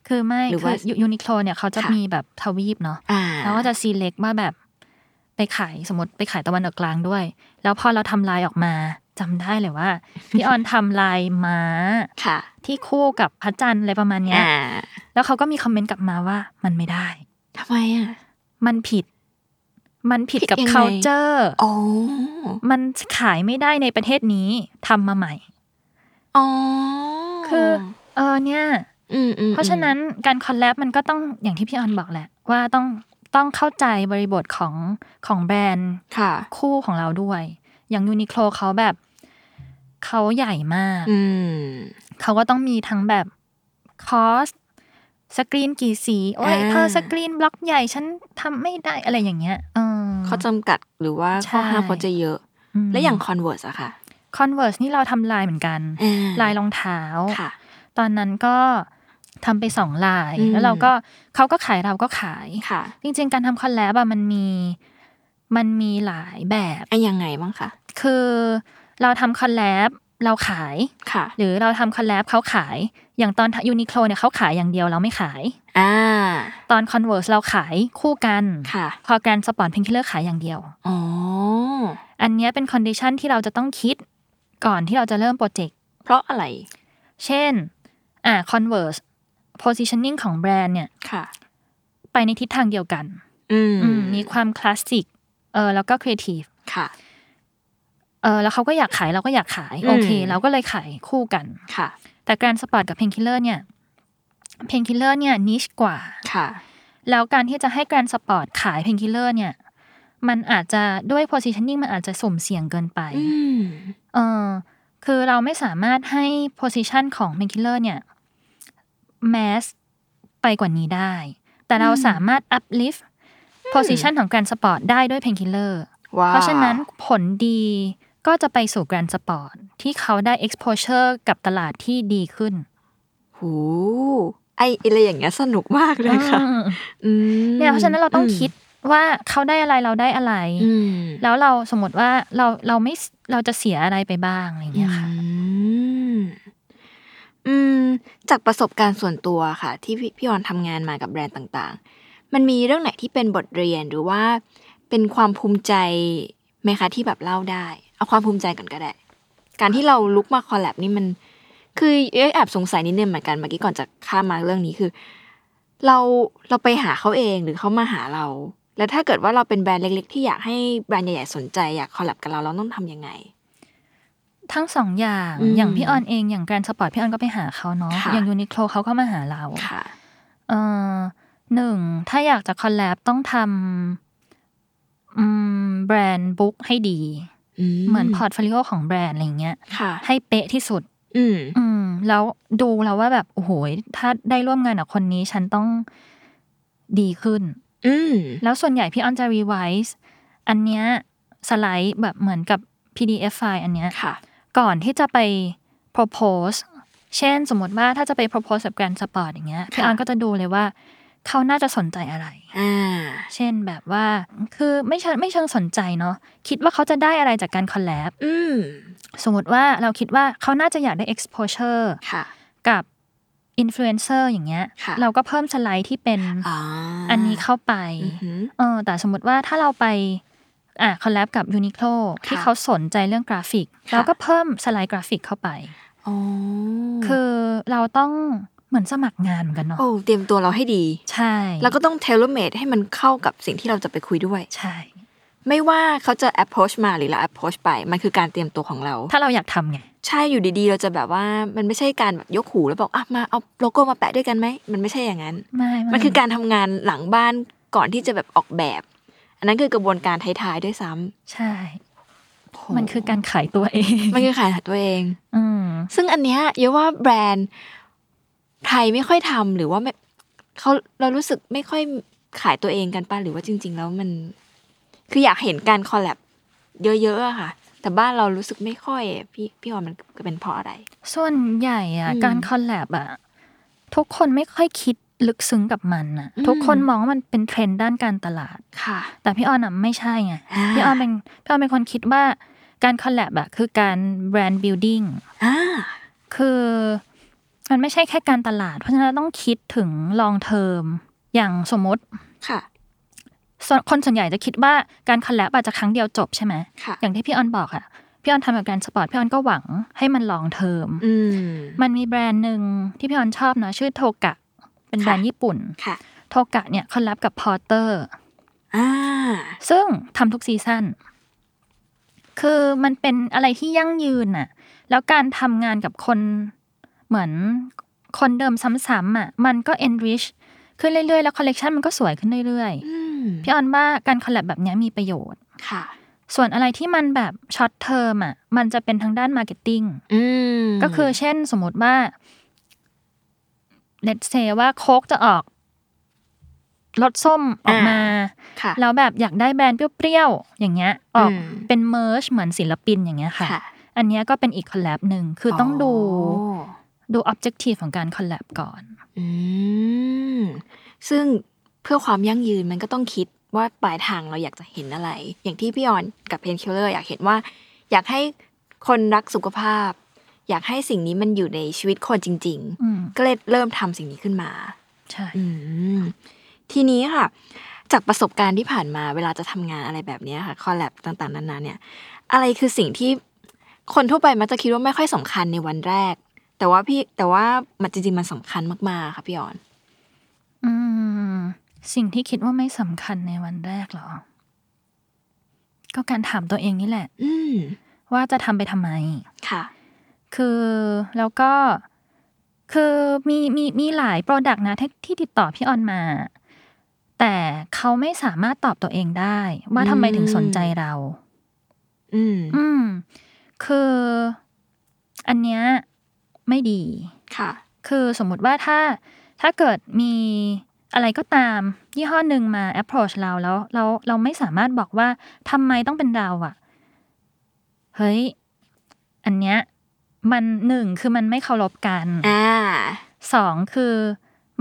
Speaker 3: คือไม่
Speaker 2: หรือ
Speaker 3: คื
Speaker 2: ว่า
Speaker 3: อยูนิโคลเนี่ยเขาจะ
Speaker 2: ค่ะ
Speaker 3: มีแบบทวีปเนาะ
Speaker 2: อ่า
Speaker 3: แล้วก็จะซีเล็กว่าแบบไปขายสมมติไปขายตะวันออกกลางด้วย แล้วพอเราทำลายออกมาจำได้เลย
Speaker 2: *laughs*
Speaker 3: ว่า พี่ออนทำลายม้า
Speaker 2: ค่ะ
Speaker 3: ที่คู่กับพระจันทร์อะไรประมาณเนี้ย
Speaker 2: อ่า
Speaker 3: แล้วเขาก็มีคอมเมนต์กลับมาว่ามันไม่ได้
Speaker 2: ทำไมอ่ะ
Speaker 3: มันผิด มันผิด
Speaker 2: ผิด
Speaker 3: กับ
Speaker 2: ยังไง
Speaker 3: culture
Speaker 2: อ๋อ
Speaker 3: มันขายไม่ได้ในประเทศนี้ทำมาใหม่
Speaker 2: อ๋อ
Speaker 3: คือ เออเนี่ย
Speaker 2: อืมอืม
Speaker 3: เพราะฉะนั้นการคอลแลบมันก็ต้องอย่างที่พี่ออนบอกแหละ ว่าต้องต้องเข้าใจบริบทของของแบรนด์
Speaker 2: ค่ะ
Speaker 3: คู่ของเราด้วย อย่างยูนิโคลเขาแบบเขาใหญ่มาก
Speaker 2: อืม
Speaker 3: เขาก็ต้องมีทั้งแบบคอสสกรีนกี่สีโอ้ย
Speaker 2: อ่า
Speaker 3: เธอสกรีนบล็อกใหญ่ฉันทำไม่ได้อะไรอย่างเงี้ยเออ
Speaker 2: ข้อจำกัดหรือว่า
Speaker 3: ใช่
Speaker 2: ข้อห้ามเขาจะเยอะ
Speaker 3: ม
Speaker 2: และอย่าง Converse อะค่ะ
Speaker 3: Converse นี่เราทำลายเหมือนกัน
Speaker 2: อ่
Speaker 3: ลายรองเท้า
Speaker 2: ค่ะ
Speaker 3: ตอนนั้นก็ทำไปสองลาย
Speaker 2: อืม
Speaker 3: แล้วเราก็เขาก็ขายเราก็ขาย
Speaker 2: ค่ะ
Speaker 3: จริงๆ การทำคอลแลบอะมันมีมันมีหลายแบบ
Speaker 2: อ่ะยังไงบ้างคะ
Speaker 3: คือเราทำคอลแลบเราขาย
Speaker 2: ค่ะ
Speaker 3: หรือเราทำคอลแลบเขาขาย อย่างตอนยูนิโคลเนี่ยเขาขายอย่างเดียวเราไม่ขาย
Speaker 2: อ่า
Speaker 3: ตอน Converse เราขายคู่กัน
Speaker 2: ค่ะ
Speaker 3: พอแกรนสปอร์ตเพนคิลเลอร์ขายอย่างเดียว
Speaker 2: อ๋อ
Speaker 3: อันเนี้ยเป็นคอนดิชันที่เราจะต้องคิดก่อนที่เราจะเริ่มโปรเจกต์
Speaker 2: เพราะอะไร
Speaker 3: เช่น อ่า Converse positioning ของแบรนด์เนี่ย
Speaker 2: ค่ะ
Speaker 3: ไปในทิศทางเดียวกัน
Speaker 2: อืม
Speaker 3: อืมมีความคลาสสิกเออแล้วก็ครีเอทีฟ
Speaker 2: ค่ะ
Speaker 3: เออแล้วเขาก็อยากขายเราก็อยากขาย
Speaker 2: อืม
Speaker 3: โอเค เราก็เลยขายคู่กัน
Speaker 2: ค่ะ
Speaker 3: แต่แกรนสปอร์ตกับเพนคิลเลอร์เนี่ยเพนคิลเลอร์เนี่ยนิชกว่า
Speaker 2: ค่ะ
Speaker 3: แล้วการที่จะให้แกรนสปอร์ตขายเพนคิลเลอร์เนี่ย มันอาจจะด้วย positioning มันอาจจะสุ่มเสี่ยงเกินไป
Speaker 2: อืม
Speaker 3: เออคือเราไม่สามารถให้ position ของเพนคิลเลอร์เนี่ย mass ไปกว่านี้ได้ แต่เรา
Speaker 2: อืม
Speaker 3: สามารถ uplift position ของแกรนสปอร์ตได้ด้วยเพนคิลเลอร์
Speaker 2: ว้าว
Speaker 3: เพราะฉะนั้นผลดีก็จะไปสู่แกรนสปอร์ตที่เขาได้ exposure กับตลาดที่ดีขึ้น
Speaker 2: หูไออะไรอย่างเงี้ยสนุกมากเลยค่ะ
Speaker 3: อืม
Speaker 2: อืม
Speaker 3: เนี่ยเพราะฉะนั้นเราต้องคิดว่าเขาได้อะไรเราได้อะไร
Speaker 2: อืม
Speaker 3: แล้วเราสมมติว่าเราเราไม่เราจะเสียอะไรไปบ้างอะไรอย่างเงี้ยค่ะ
Speaker 2: อืมอืม จากประสบการณ์ส่วนตัวค่ะ ที่พี่พี่ออนทำงานมากับแบรนด์ต่างๆ มันมีเรื่องไหนที่เป็นบทเรียนหรือว่าเป็นความภูมิใจไหมคะที่แบบเล่าได้ เอาความภูมิใจก่อนก็ได้ การที่เราลุกมาคอลแลบนี่มัน คือเอ๊ะแอบสงสัยนิดนึงเหมือนกันเมื่อกี้ก่อนจะข้ามมาเรื่องนี้คือ เราเราไปหาเขาเองหรือเขามาหาเรา แล้วถ้าเกิดว่าเราเป็นแบรนด์เล็ก ๆ ที่อยากให้แบรนด์ใหญ่ๆสนใจอยากคอลแลบกับเราเราต้องทำยังไง
Speaker 3: ทั้งสองอย่าง
Speaker 2: อืม
Speaker 3: อย่างพี่ออนเองอย่างแกรนสปอร์ตพี่ออนก็ไปหาเขาเนาะ
Speaker 2: ค่ะ
Speaker 3: อย่างยูนิโคลเขาก็มาหาเรา
Speaker 2: ค่ะ
Speaker 3: เออหนึ่งถ้าอยากจะคอลแลบต้องทำอืมแบรนด์บุ๊กให้ดี เหมือนพอร์ตโฟลิโอของแบรนด์อะไรอย่างเงี้ย
Speaker 2: ค่ะ
Speaker 3: ให้เป๊ะที่สุด
Speaker 2: อืม
Speaker 3: อืม แล้วดูแล้วว่าแบบโอ้โหถ้าได้ร่วมงานกับคนนี้ฉันต้องดีขึ้น
Speaker 2: อืม
Speaker 3: แล้วส่วนใหญ่พี่ออนจะรีไวซ์อันเนี้ยสไลด์แบบเหมือนกับ PDF ไฟล์อันเนี้ย
Speaker 2: ค่ะ
Speaker 3: ก่อนที่จะไป propose เช่นสมมติว่าถ้าจะไป propose กับ Grand Sport อย่างเงี้ย พี่
Speaker 2: ค่ะ
Speaker 3: ออนก็จะดูเลยว่า เขาน่าจะสนใจอะไร
Speaker 2: อ่า
Speaker 3: เช่นแบบว่า คือไม่เชิงไม่เชิงสนใจเนาะ คิดว่าเขาจะได้อะไรจากการ collab
Speaker 2: อืม
Speaker 3: สมมติว่าเราคิดว่าเขาน่าจะอยากได้ exposure
Speaker 2: ค่ะ
Speaker 3: กับ influencer อย่างเงี้ย
Speaker 2: ค่ะ
Speaker 3: เราก็เพิ่มสไลด์ที่เป็น
Speaker 2: อ่า
Speaker 3: อันนี้เข้าไป
Speaker 2: อือหือ
Speaker 3: เออแต่สมมติว่าถ้าเราไปอ่ะคอลแลบกับยูนิโคลที่เขาสนใจเรื่องกราฟิก
Speaker 2: ค่ะ
Speaker 3: เราก็เพิ่มสไลด์กราฟิกเข้าไป
Speaker 2: อ๋อ
Speaker 3: คือเราต้องเหมือนสมัครงานเหมือนกันเนาะ
Speaker 2: โอ้เตรียมตัวเราให้ดี
Speaker 3: ใช่
Speaker 2: แล้วก็ต้องเทเลเมดให้มันเข้ากับสิ่งที่เราจะไปคุยด้วย
Speaker 3: ใช่
Speaker 2: ไม่ว่าเขาจะ approach มาหรือเรา approach ไป มันคือการเตรียมตัวของเรา
Speaker 3: ถ้าเราอยากทำไง
Speaker 2: ใช่อยู่ดีๆ เราจะแบบว่ามันไม่ใช่การแบบยกหูแล้วบอกอ่ะมาเอาโลโก้มาแปะด้วยกันไหม มันไม่ใช่อย่างนั้น
Speaker 3: ไม่
Speaker 2: มันคือการทำงานหลังบ้านก่อนที่จะแบบออกแบบ อันนั้นคือกระบวนการท้ายๆด้วยซ้
Speaker 3: ใช่
Speaker 2: ำโห
Speaker 3: มันคือการขายตัวเอง
Speaker 2: มันคือขายหาตัวเอง
Speaker 3: อืม
Speaker 2: ซึ่งอันเนี้ยเยอะว่าแบรนด์ไทยไม่ค่อยทำหรือว่าไม่เขาเรารู้สึกไม่ค่อยขายตัวเองกันป่ะหรือว่าจริง ๆ แล้วมัน คืออยากเห็นการคอลแลบเยอะๆอะค่ะ แต่บ้านเรารู้สึกไม่ค่อยอะพี่พี่ว่ามันเป็นเพราะอะไร
Speaker 3: ส่วนใหญ่อะ
Speaker 2: อืม
Speaker 3: การคอลแลบอะทุกคนไม่ค่อยคิดลึกซึ้งกับมันอะ
Speaker 2: อืม
Speaker 3: ทุกคนมองว่ามันเป็นเทรนด์ด้านการตลาด
Speaker 2: ค่ะ
Speaker 3: แต่พี่ออนอะไม่ใช่ไง
Speaker 2: อ่า
Speaker 3: พี่ออนเป็นพี่ออนเป็นคนคิดว่าการคอลแลบอะคือการแบรนด์บิ l ดิ n ง
Speaker 2: อ่า
Speaker 3: คือมันไม่ใช่แค่การตลาด เพราะฉะนั้นเราต้องคิดถึงลองเทอมอย่างสมมติ
Speaker 2: ค่ะ
Speaker 3: ส่วนคนส่วนใหญ่จะคิดว่าการคอลแลบอาจจะครั้งเดียวจบใช่ไหม
Speaker 2: ค่ะ
Speaker 3: อย่างที่พี่ออนบอกอะพี่ออนทำกับการสปอร์ตพี่ออนก็หวังให้มันลองเทอม
Speaker 2: อืม
Speaker 3: มันมีแบรนด์หนึ่งที่พี่ออนชอบเนาะชื่อโทกะ เป็นแบรนด์
Speaker 2: ค่ะ
Speaker 3: ญี่ปุ่น
Speaker 2: ค่ะ
Speaker 3: โทกะเนี่ยเขารับกับพอร์เตอร์
Speaker 2: อ่า
Speaker 3: ซึ่งทำทุกซีซั่น คือมันเป็นอะไรที่ยั่งยืนน่ะ แล้วการทำงานกับคนเหมือนคนเดิมซ้ำๆอ่ะ มันก็ enrich ขึ้นเรื่อยๆ แล้วคอลเลกชันมันก็สวยขึ้นเรื่อย
Speaker 2: อืม
Speaker 3: ๆ พี่ออนว่าการคอลแลบแบบเนี้ยมีประโยชน์
Speaker 2: ค่ะ
Speaker 3: ส่วนอะไรที่มันแบบช็อตเทอมอ่ะ มันจะเป็นทางด้านมาร์เก็ตติ้ง
Speaker 2: อืม
Speaker 3: ก็คือเช่นสมมติว่า let's say ว่าโค้กจะออกรสส้มออกมา
Speaker 2: ค่ะ
Speaker 3: แล้วแบบอยากได้แบรนด์เปรี้ยวๆ อย่างเงี้ย ออก
Speaker 2: อืม
Speaker 3: เป็นเมอร์ชเหมือนศิลปินอย่างเงี้ยค่ะ
Speaker 2: ค่ะ
Speaker 3: อันเนี้ยก็เป็นอีกคอลแลบหนึ่งคือต้องดู
Speaker 2: อ
Speaker 3: ดูออบเจกตีฟของการคอลแลบก่อน
Speaker 2: อืม ซึ่งเพื่อความยั่งยืนมันก็ต้องคิดว่าปลายทางเราอยากจะเห็นอะไร อย่างที่พี่ออนกับเพนเคลเลอร์อยากเห็นว่า อยากให้คนรักสุขภาพ อยากให้สิ่งนี้มันอยู่ในชีวิตคนจริง
Speaker 3: อืม
Speaker 2: ๆ ก็เลยเริ่มทำสิ่งนี้ขึ้นมา
Speaker 3: ใช่
Speaker 2: อืม ทีนี้ค่ะ จากประสบการณ์ที่ผ่านมาเวลาจะทำงานอะไรแบบเนี้ยค่ะคอลแลบต่างๆนานาเนี่ย อะไรคือสิ่งที่คนทั่วไปมักจะคิดว่าไม่ค่อยสำคัญในวันแรก แต่ว่าพี่แต่ว่ามันจริงๆมันสำคัญมากๆค่ะพี่ออน
Speaker 3: อืมสิ่งที่คิดว่าไม่สำคัญในวันแรกเหรอ ก็การถามตัวเองนี่แหละ
Speaker 2: อืม
Speaker 3: ว่าจะทำไปทำไม
Speaker 2: ค่ะ
Speaker 3: คือแล้วก็คือมีมีมีหลายโปรดักต์นะที่ที่ติดต่อพี่ออนมา แต่เขาไม่สามารถตอบตัวเองได้ ว่าทำไมถึงสนใจเรา
Speaker 2: อืม
Speaker 3: อืม คืออันเนี้ยไม่ดี
Speaker 2: ค่ะ
Speaker 3: คือสมมุติว่าถ้าถ้าเกิดมีอะไรก็ตาม ยี่ห้อหนึ่งมา approach เราแล้วเราเราไม่สามารถบอกว่าทำไมต้องเป็นเราอะเฮ้ย อันเนี้ยมันหนึ่งคือมันไม่เคารพกัน
Speaker 2: อ่า
Speaker 3: สองคือ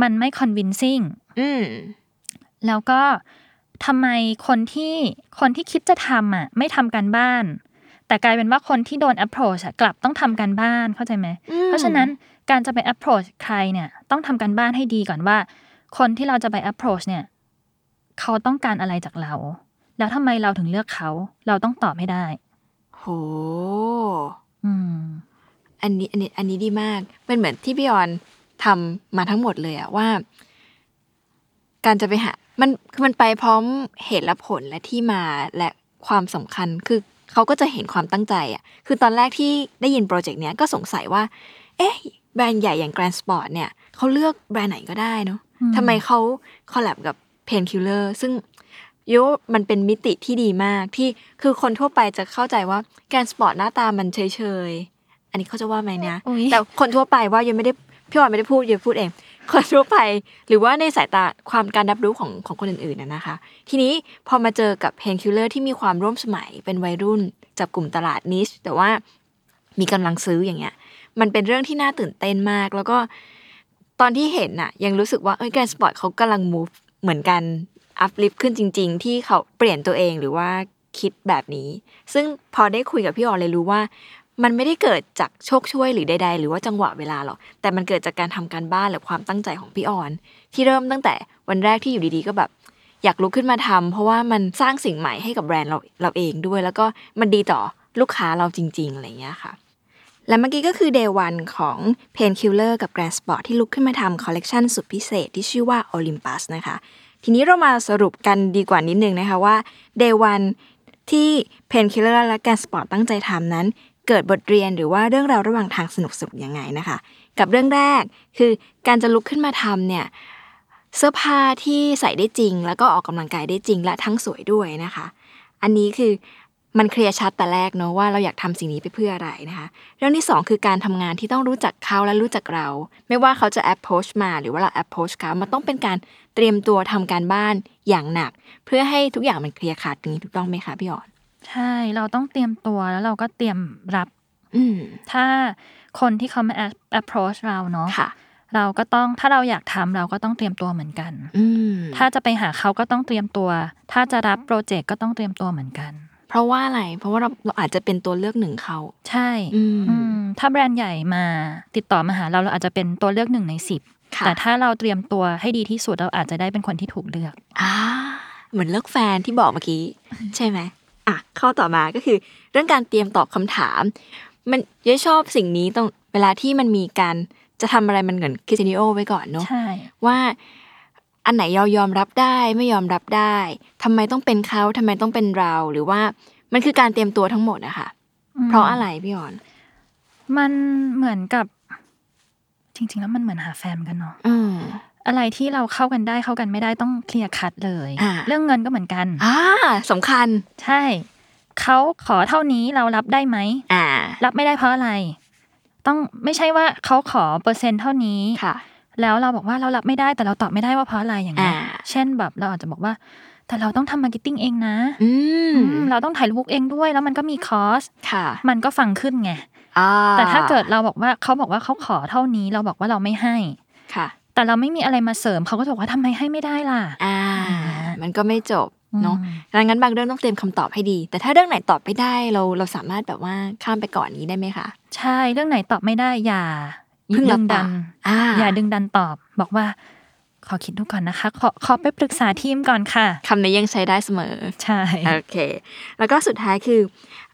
Speaker 3: มันไม่ convincing
Speaker 2: อืม
Speaker 3: แล้วก็ทำไมคนที่คนที่คิดจะทำอ่ะ ไม่ทำการบ้าน แต่กลายเป็นว่าคนที่โดน approach อะกลับต้องทำการบ้านเข้าใจไหม
Speaker 2: อืม
Speaker 3: เพราะฉะนั้นการจะไป approach ใครเนี่ยต้องทำการบ้านให้ดีก่อนว่า คนที่เราจะไป approach เนี่ย เขาต้องการอะไรจากเรา แล้วทำไมเราถึงเลือกเขา เราต้องตอบให้ได้
Speaker 2: โห
Speaker 3: อืม
Speaker 2: อันนี้อันนี้อันนี้ดีมาก เป็นเหมือนที่พี่ออนทำมาทั้งหมดเลยอะว่า การจะไปหา มันคือมันไปพร้อมเหตุและผลและที่มาและความสำคัญ คือเขาก็จะเห็นความตั้งใจอะคือตอนแรกที่ได้ยินโปรเจกต์เนี้ยก็สงสัยว่า เอ๊ะ แบรนด์ใหญ่อย่าง Grand Sport เนี่ยเขาเลือกแบรนด์ไหนก็ได้เนอะ
Speaker 3: อืม
Speaker 2: ทำไมเขาคอลแลบกับ Pain Killer ซึ่งโยมันเป็นมิติที่ดีมากที่คือคนทั่วไปจะเข้าใจว่า Grand Sport หน้าตามันเฉยๆ อันนี้เขาจะว่าไหมนะ
Speaker 3: อุ๊ย
Speaker 2: แต่คนทั่วไปว่ายังไม่ได้พี่ออนไม่ได้พูดยังพูดเอง คนทั่วไปหรือว่าในสายตาความการรับรู้ของของคนอื่นๆนะนะคะ ทีนี้พอมาเจอกับ Painkiller ที่มีความร่วมสมัยเป็นวัยรุ่นจับกลุ่มตลาดนิชแต่ว่ามีกำลังซื้ออย่างเงี้ย มันเป็นเรื่องที่น่าตื่นเต้นมาก แล้วก็ตอนที่เห็นน่ะ ยังรู้สึกว่าเอ้ยแกรนสปอร์ตเขากำลัง move เหมือนกันอัพลิฟขึ้นจริง ๆ ที่เขาเปลี่ยนตัวเองหรือว่าคิดแบบนี้ ซึ่งพอได้คุยกับพี่ออนเลยรู้ว่า มันไม่ได้เกิดจากโชคช่วยหรือใด ๆ หรือว่าจังหวะเวลาหรอกแต่มันเกิดจากการทำการบ้านหรือความตั้งใจของพี่ออน ที่เริ่มตั้งแต่วันแรกที่อยู่ดีๆก็แบบ อยากลุกขึ้นมาทำเพราะว่ามันสร้างสิ่งใหม่ให้กับแบรนด์เราเราเองด้วย แล้วก็มันดีต่อลูกค้าเราจริง ๆอะไรอย่างเงี้ยค่ะ และเมื่อกี้ก็คือ Day 1 ของ Pain Killer กับ Grand Sport ที่ลุกขึ้นมาทำคอลเลกชันสุดพิเศษที่ชื่อว่า Olympus นะคะ ทีนี้เรามาสรุปกันดีกว่านิดนึงนะคะว่า Day 1 ที่ Pain Killer และ Grand Sport ตั้งใจทำนั้น เกิดบทเรียนหรือว่าเรื่องราวระหว่างทางสนุกๆยังไงนะคะ กับเรื่องแรกคือการจะลุกขึ้นมาทำเนี่ย เสื้อผ้าที่ใส่ได้จริง แล้วก็ออกกำลังกายได้จริง และทั้งสวยด้วยนะคะ อันนี้คือมันเคลียร์ชัดแต่แรกเนอะว่าเราอยากทำสิ่งนี้ไปเพื่ออะไรนะคะ เรื่องที่ 2 คือการทำงานที่ต้องรู้จักเขาและรู้จักเรา ไม่ว่าเขาจะแอปโพสมาหรือว่าเราแอปโพสเขามันต้องเป็นการเตรียมตัวทำการบ้านอย่างหนัก เพื่อให้ทุกอย่างมันเคลียร์ขาดตรงนี้ถูกต้องไหมคะพี่ออน
Speaker 3: ใช่ เราต้องเตรียมตัวแล้วเราก็เตรียมรับ
Speaker 2: อืม
Speaker 3: ถ้าคนที่เขามา approach เราเนาะ
Speaker 2: ค่ะ
Speaker 3: เราก็ต้องถ้าเราอยากทำเราก็ต้องเตรียมตัวเหมือนกัน
Speaker 2: อืม
Speaker 3: ถ้าจะไปหาเขาก็ต้องเตรียมตัว ถ้าจะรับโปรเจกต์ก็ต้องเตรียมตัวเหมือนกัน
Speaker 2: เพราะว่าอะไร เพราะว่าเราเราอาจจะเป็นตัวเลือกหนึ่งเขา
Speaker 3: ใช่
Speaker 2: อืม
Speaker 3: อืมถ้าแบรนด์ใหญ่มาติดต่อมาหาเราเราอาจจะเป็นตัวเลือกหนึ่งในสิบ
Speaker 2: ค่ะ
Speaker 3: แต่ถ้าเราเตรียมตัวให้ดีที่สุดเราอาจจะได้เป็นคนที่ถูกเลือก
Speaker 2: อ่าเหมือนเลิกแฟนที่บอกเมื่อกี้ ใช่ไหมอ่ะข้อต่อมาก็คือ เรื่องการเตรียมตอบคำถาม มันเยอะชอบสิ่งนี้ตรงเวลาที่มันมีการจะทำอะไรมันเหมือนคิเซนิโอไว้ก่อนเนอะ
Speaker 3: ใช่
Speaker 2: ว่า อันไหนเรายอมรับได้ไม่ยอมรับได้ทำไมต้องเป็นเขาทำไมต้องเป็นเราหรือว่ามันคือการเตรียมตัวทั้งหมดอะค่ะ
Speaker 3: อืม
Speaker 2: เพราะอะไรพี่ออน
Speaker 3: มันเหมือนกับ จริง ๆ แล้วมันเหมือนหาแฟนกันเนาะ
Speaker 2: อืม
Speaker 3: อะไรที่เราเข้ากันได้เข้ากันไม่ได้ต้องเคลียร์คัดเลย
Speaker 2: อ่า
Speaker 3: เรื่องเงินก็เหมือนกัน
Speaker 2: อ่าสำคัญ
Speaker 3: ใช่เขาขอเท่านี้เรารับได้ไหม
Speaker 2: อ่า
Speaker 3: รับไม่ได้เพราะอะไร ต้องไม่ใช่ว่าเขาขอเปอร์เซ็นต์เท่านี้
Speaker 2: ค่ะ
Speaker 3: แล้วเราบอกว่าเรารับไม่ได้แต่เราตอบไม่ได้ว่าเพราะอะไรอย่างเงี้ย
Speaker 2: อ่า
Speaker 3: เช่นแบบเราอาจจะบอกว่า แต่เราต้องทำมาร์เก็ตติ้งเองนะ
Speaker 2: อืม
Speaker 3: อืมเราต้องถ่ายรูปเองด้วย แล้วมันก็มีคอส
Speaker 2: ค่ะ
Speaker 3: มันก็ฟังขึ้นไง
Speaker 2: อ่า
Speaker 3: แต่ถ้าเกิดเราบอกว่าเขาบอกว่าเขาขอเท่านี้ เราบอกว่าเราไม่ให้
Speaker 2: ค่ะ
Speaker 3: แต่เราไม่มีอะไรมาเสริมเขาก็จะบอกว่าทำไมให้ไม่ได้ล่ะ
Speaker 2: อ่า
Speaker 3: อ่ามั
Speaker 2: มันก็ไม่จบเนาะ
Speaker 3: อืม
Speaker 2: ดังนั้นบางเรื่องต้องเตรียมคำตอบให้ดี แต่ถ้าเรื่องไหนตอบไม่ได้เราเราสามารถแบบว่าข้ามไปก่อนนี้ได้ไหมคะ
Speaker 3: ใช่เรื่องไหนตอบไม่ได้อย่า
Speaker 2: เพิ่งรั
Speaker 3: ดึ
Speaker 2: บ
Speaker 3: ง
Speaker 2: ปา
Speaker 3: ดั
Speaker 2: ก
Speaker 3: น
Speaker 2: อ่า
Speaker 3: อย่าดึงดันตอบบอกว่า ขอคิดดูก่อนนะคะ ขอขอไปปรึกษาทีมก่อนค่ะ
Speaker 2: คำนี้ยังใช้ได้เสมอ
Speaker 3: ใช่
Speaker 2: โอเค แล้วก็สุดท้ายคือ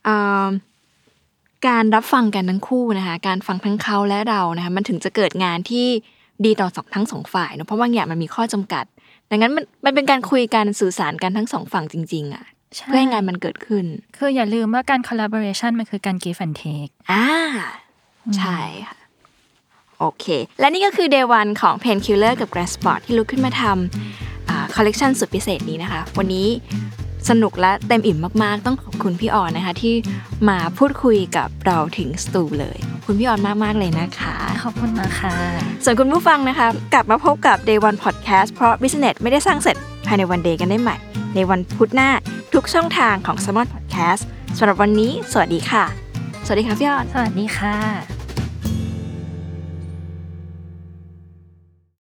Speaker 2: เอ่อการรับฟังกันทั้งคู่นะคะ การฟังทั้งเขาและเรานะคะ มันถึงจะเกิดงานที่ดีต่อสองทั้งสองฝ่ายเนอะเพราะบางอย่างมันมีข้อจำกัด ดังนั้นมันมันเป็นการคุยกันสื่อสารกันทั้งสองฝั่งจริง ๆอะ
Speaker 3: ใช่
Speaker 2: เพื่อให้งานมันเกิดขึ้น
Speaker 3: คืออย่าลืมว่าการ collaboration มันคือการ give and take
Speaker 2: อ่า ใช่ค่ะ โอเค และนี่ก็คือ day one ของ Pain Killer กับ Grand Sport ที่ลุกขึ้นมาทำคอลเลกชันสุดพิเศษนี้นะคะ วันนี้สนุกและเต็มอิ่มมากๆ ต้องขอบคุณพี่ออนนะคะ ที่มาพูดคุยกับเราถึงสตูเลย ขอบคุณพี่ออนมาก ๆ เลยนะคะ
Speaker 3: ขอบคุณนะคะ
Speaker 2: ส่วนคุณผู้ฟังนะคะ กลับมาพบกับ Day One Podcast เพราะ Business ไม่ได้สร้างเสร็จภายในวันเดย์กันได้ใหม่ ในวันพุธหน้าทุกช่องทางของ s ซ m o n Podcast สำหรับวันนี้ สวัสดีค่ะ สวัสดีค่ะพี่ออน
Speaker 3: สวัสดีค่ะ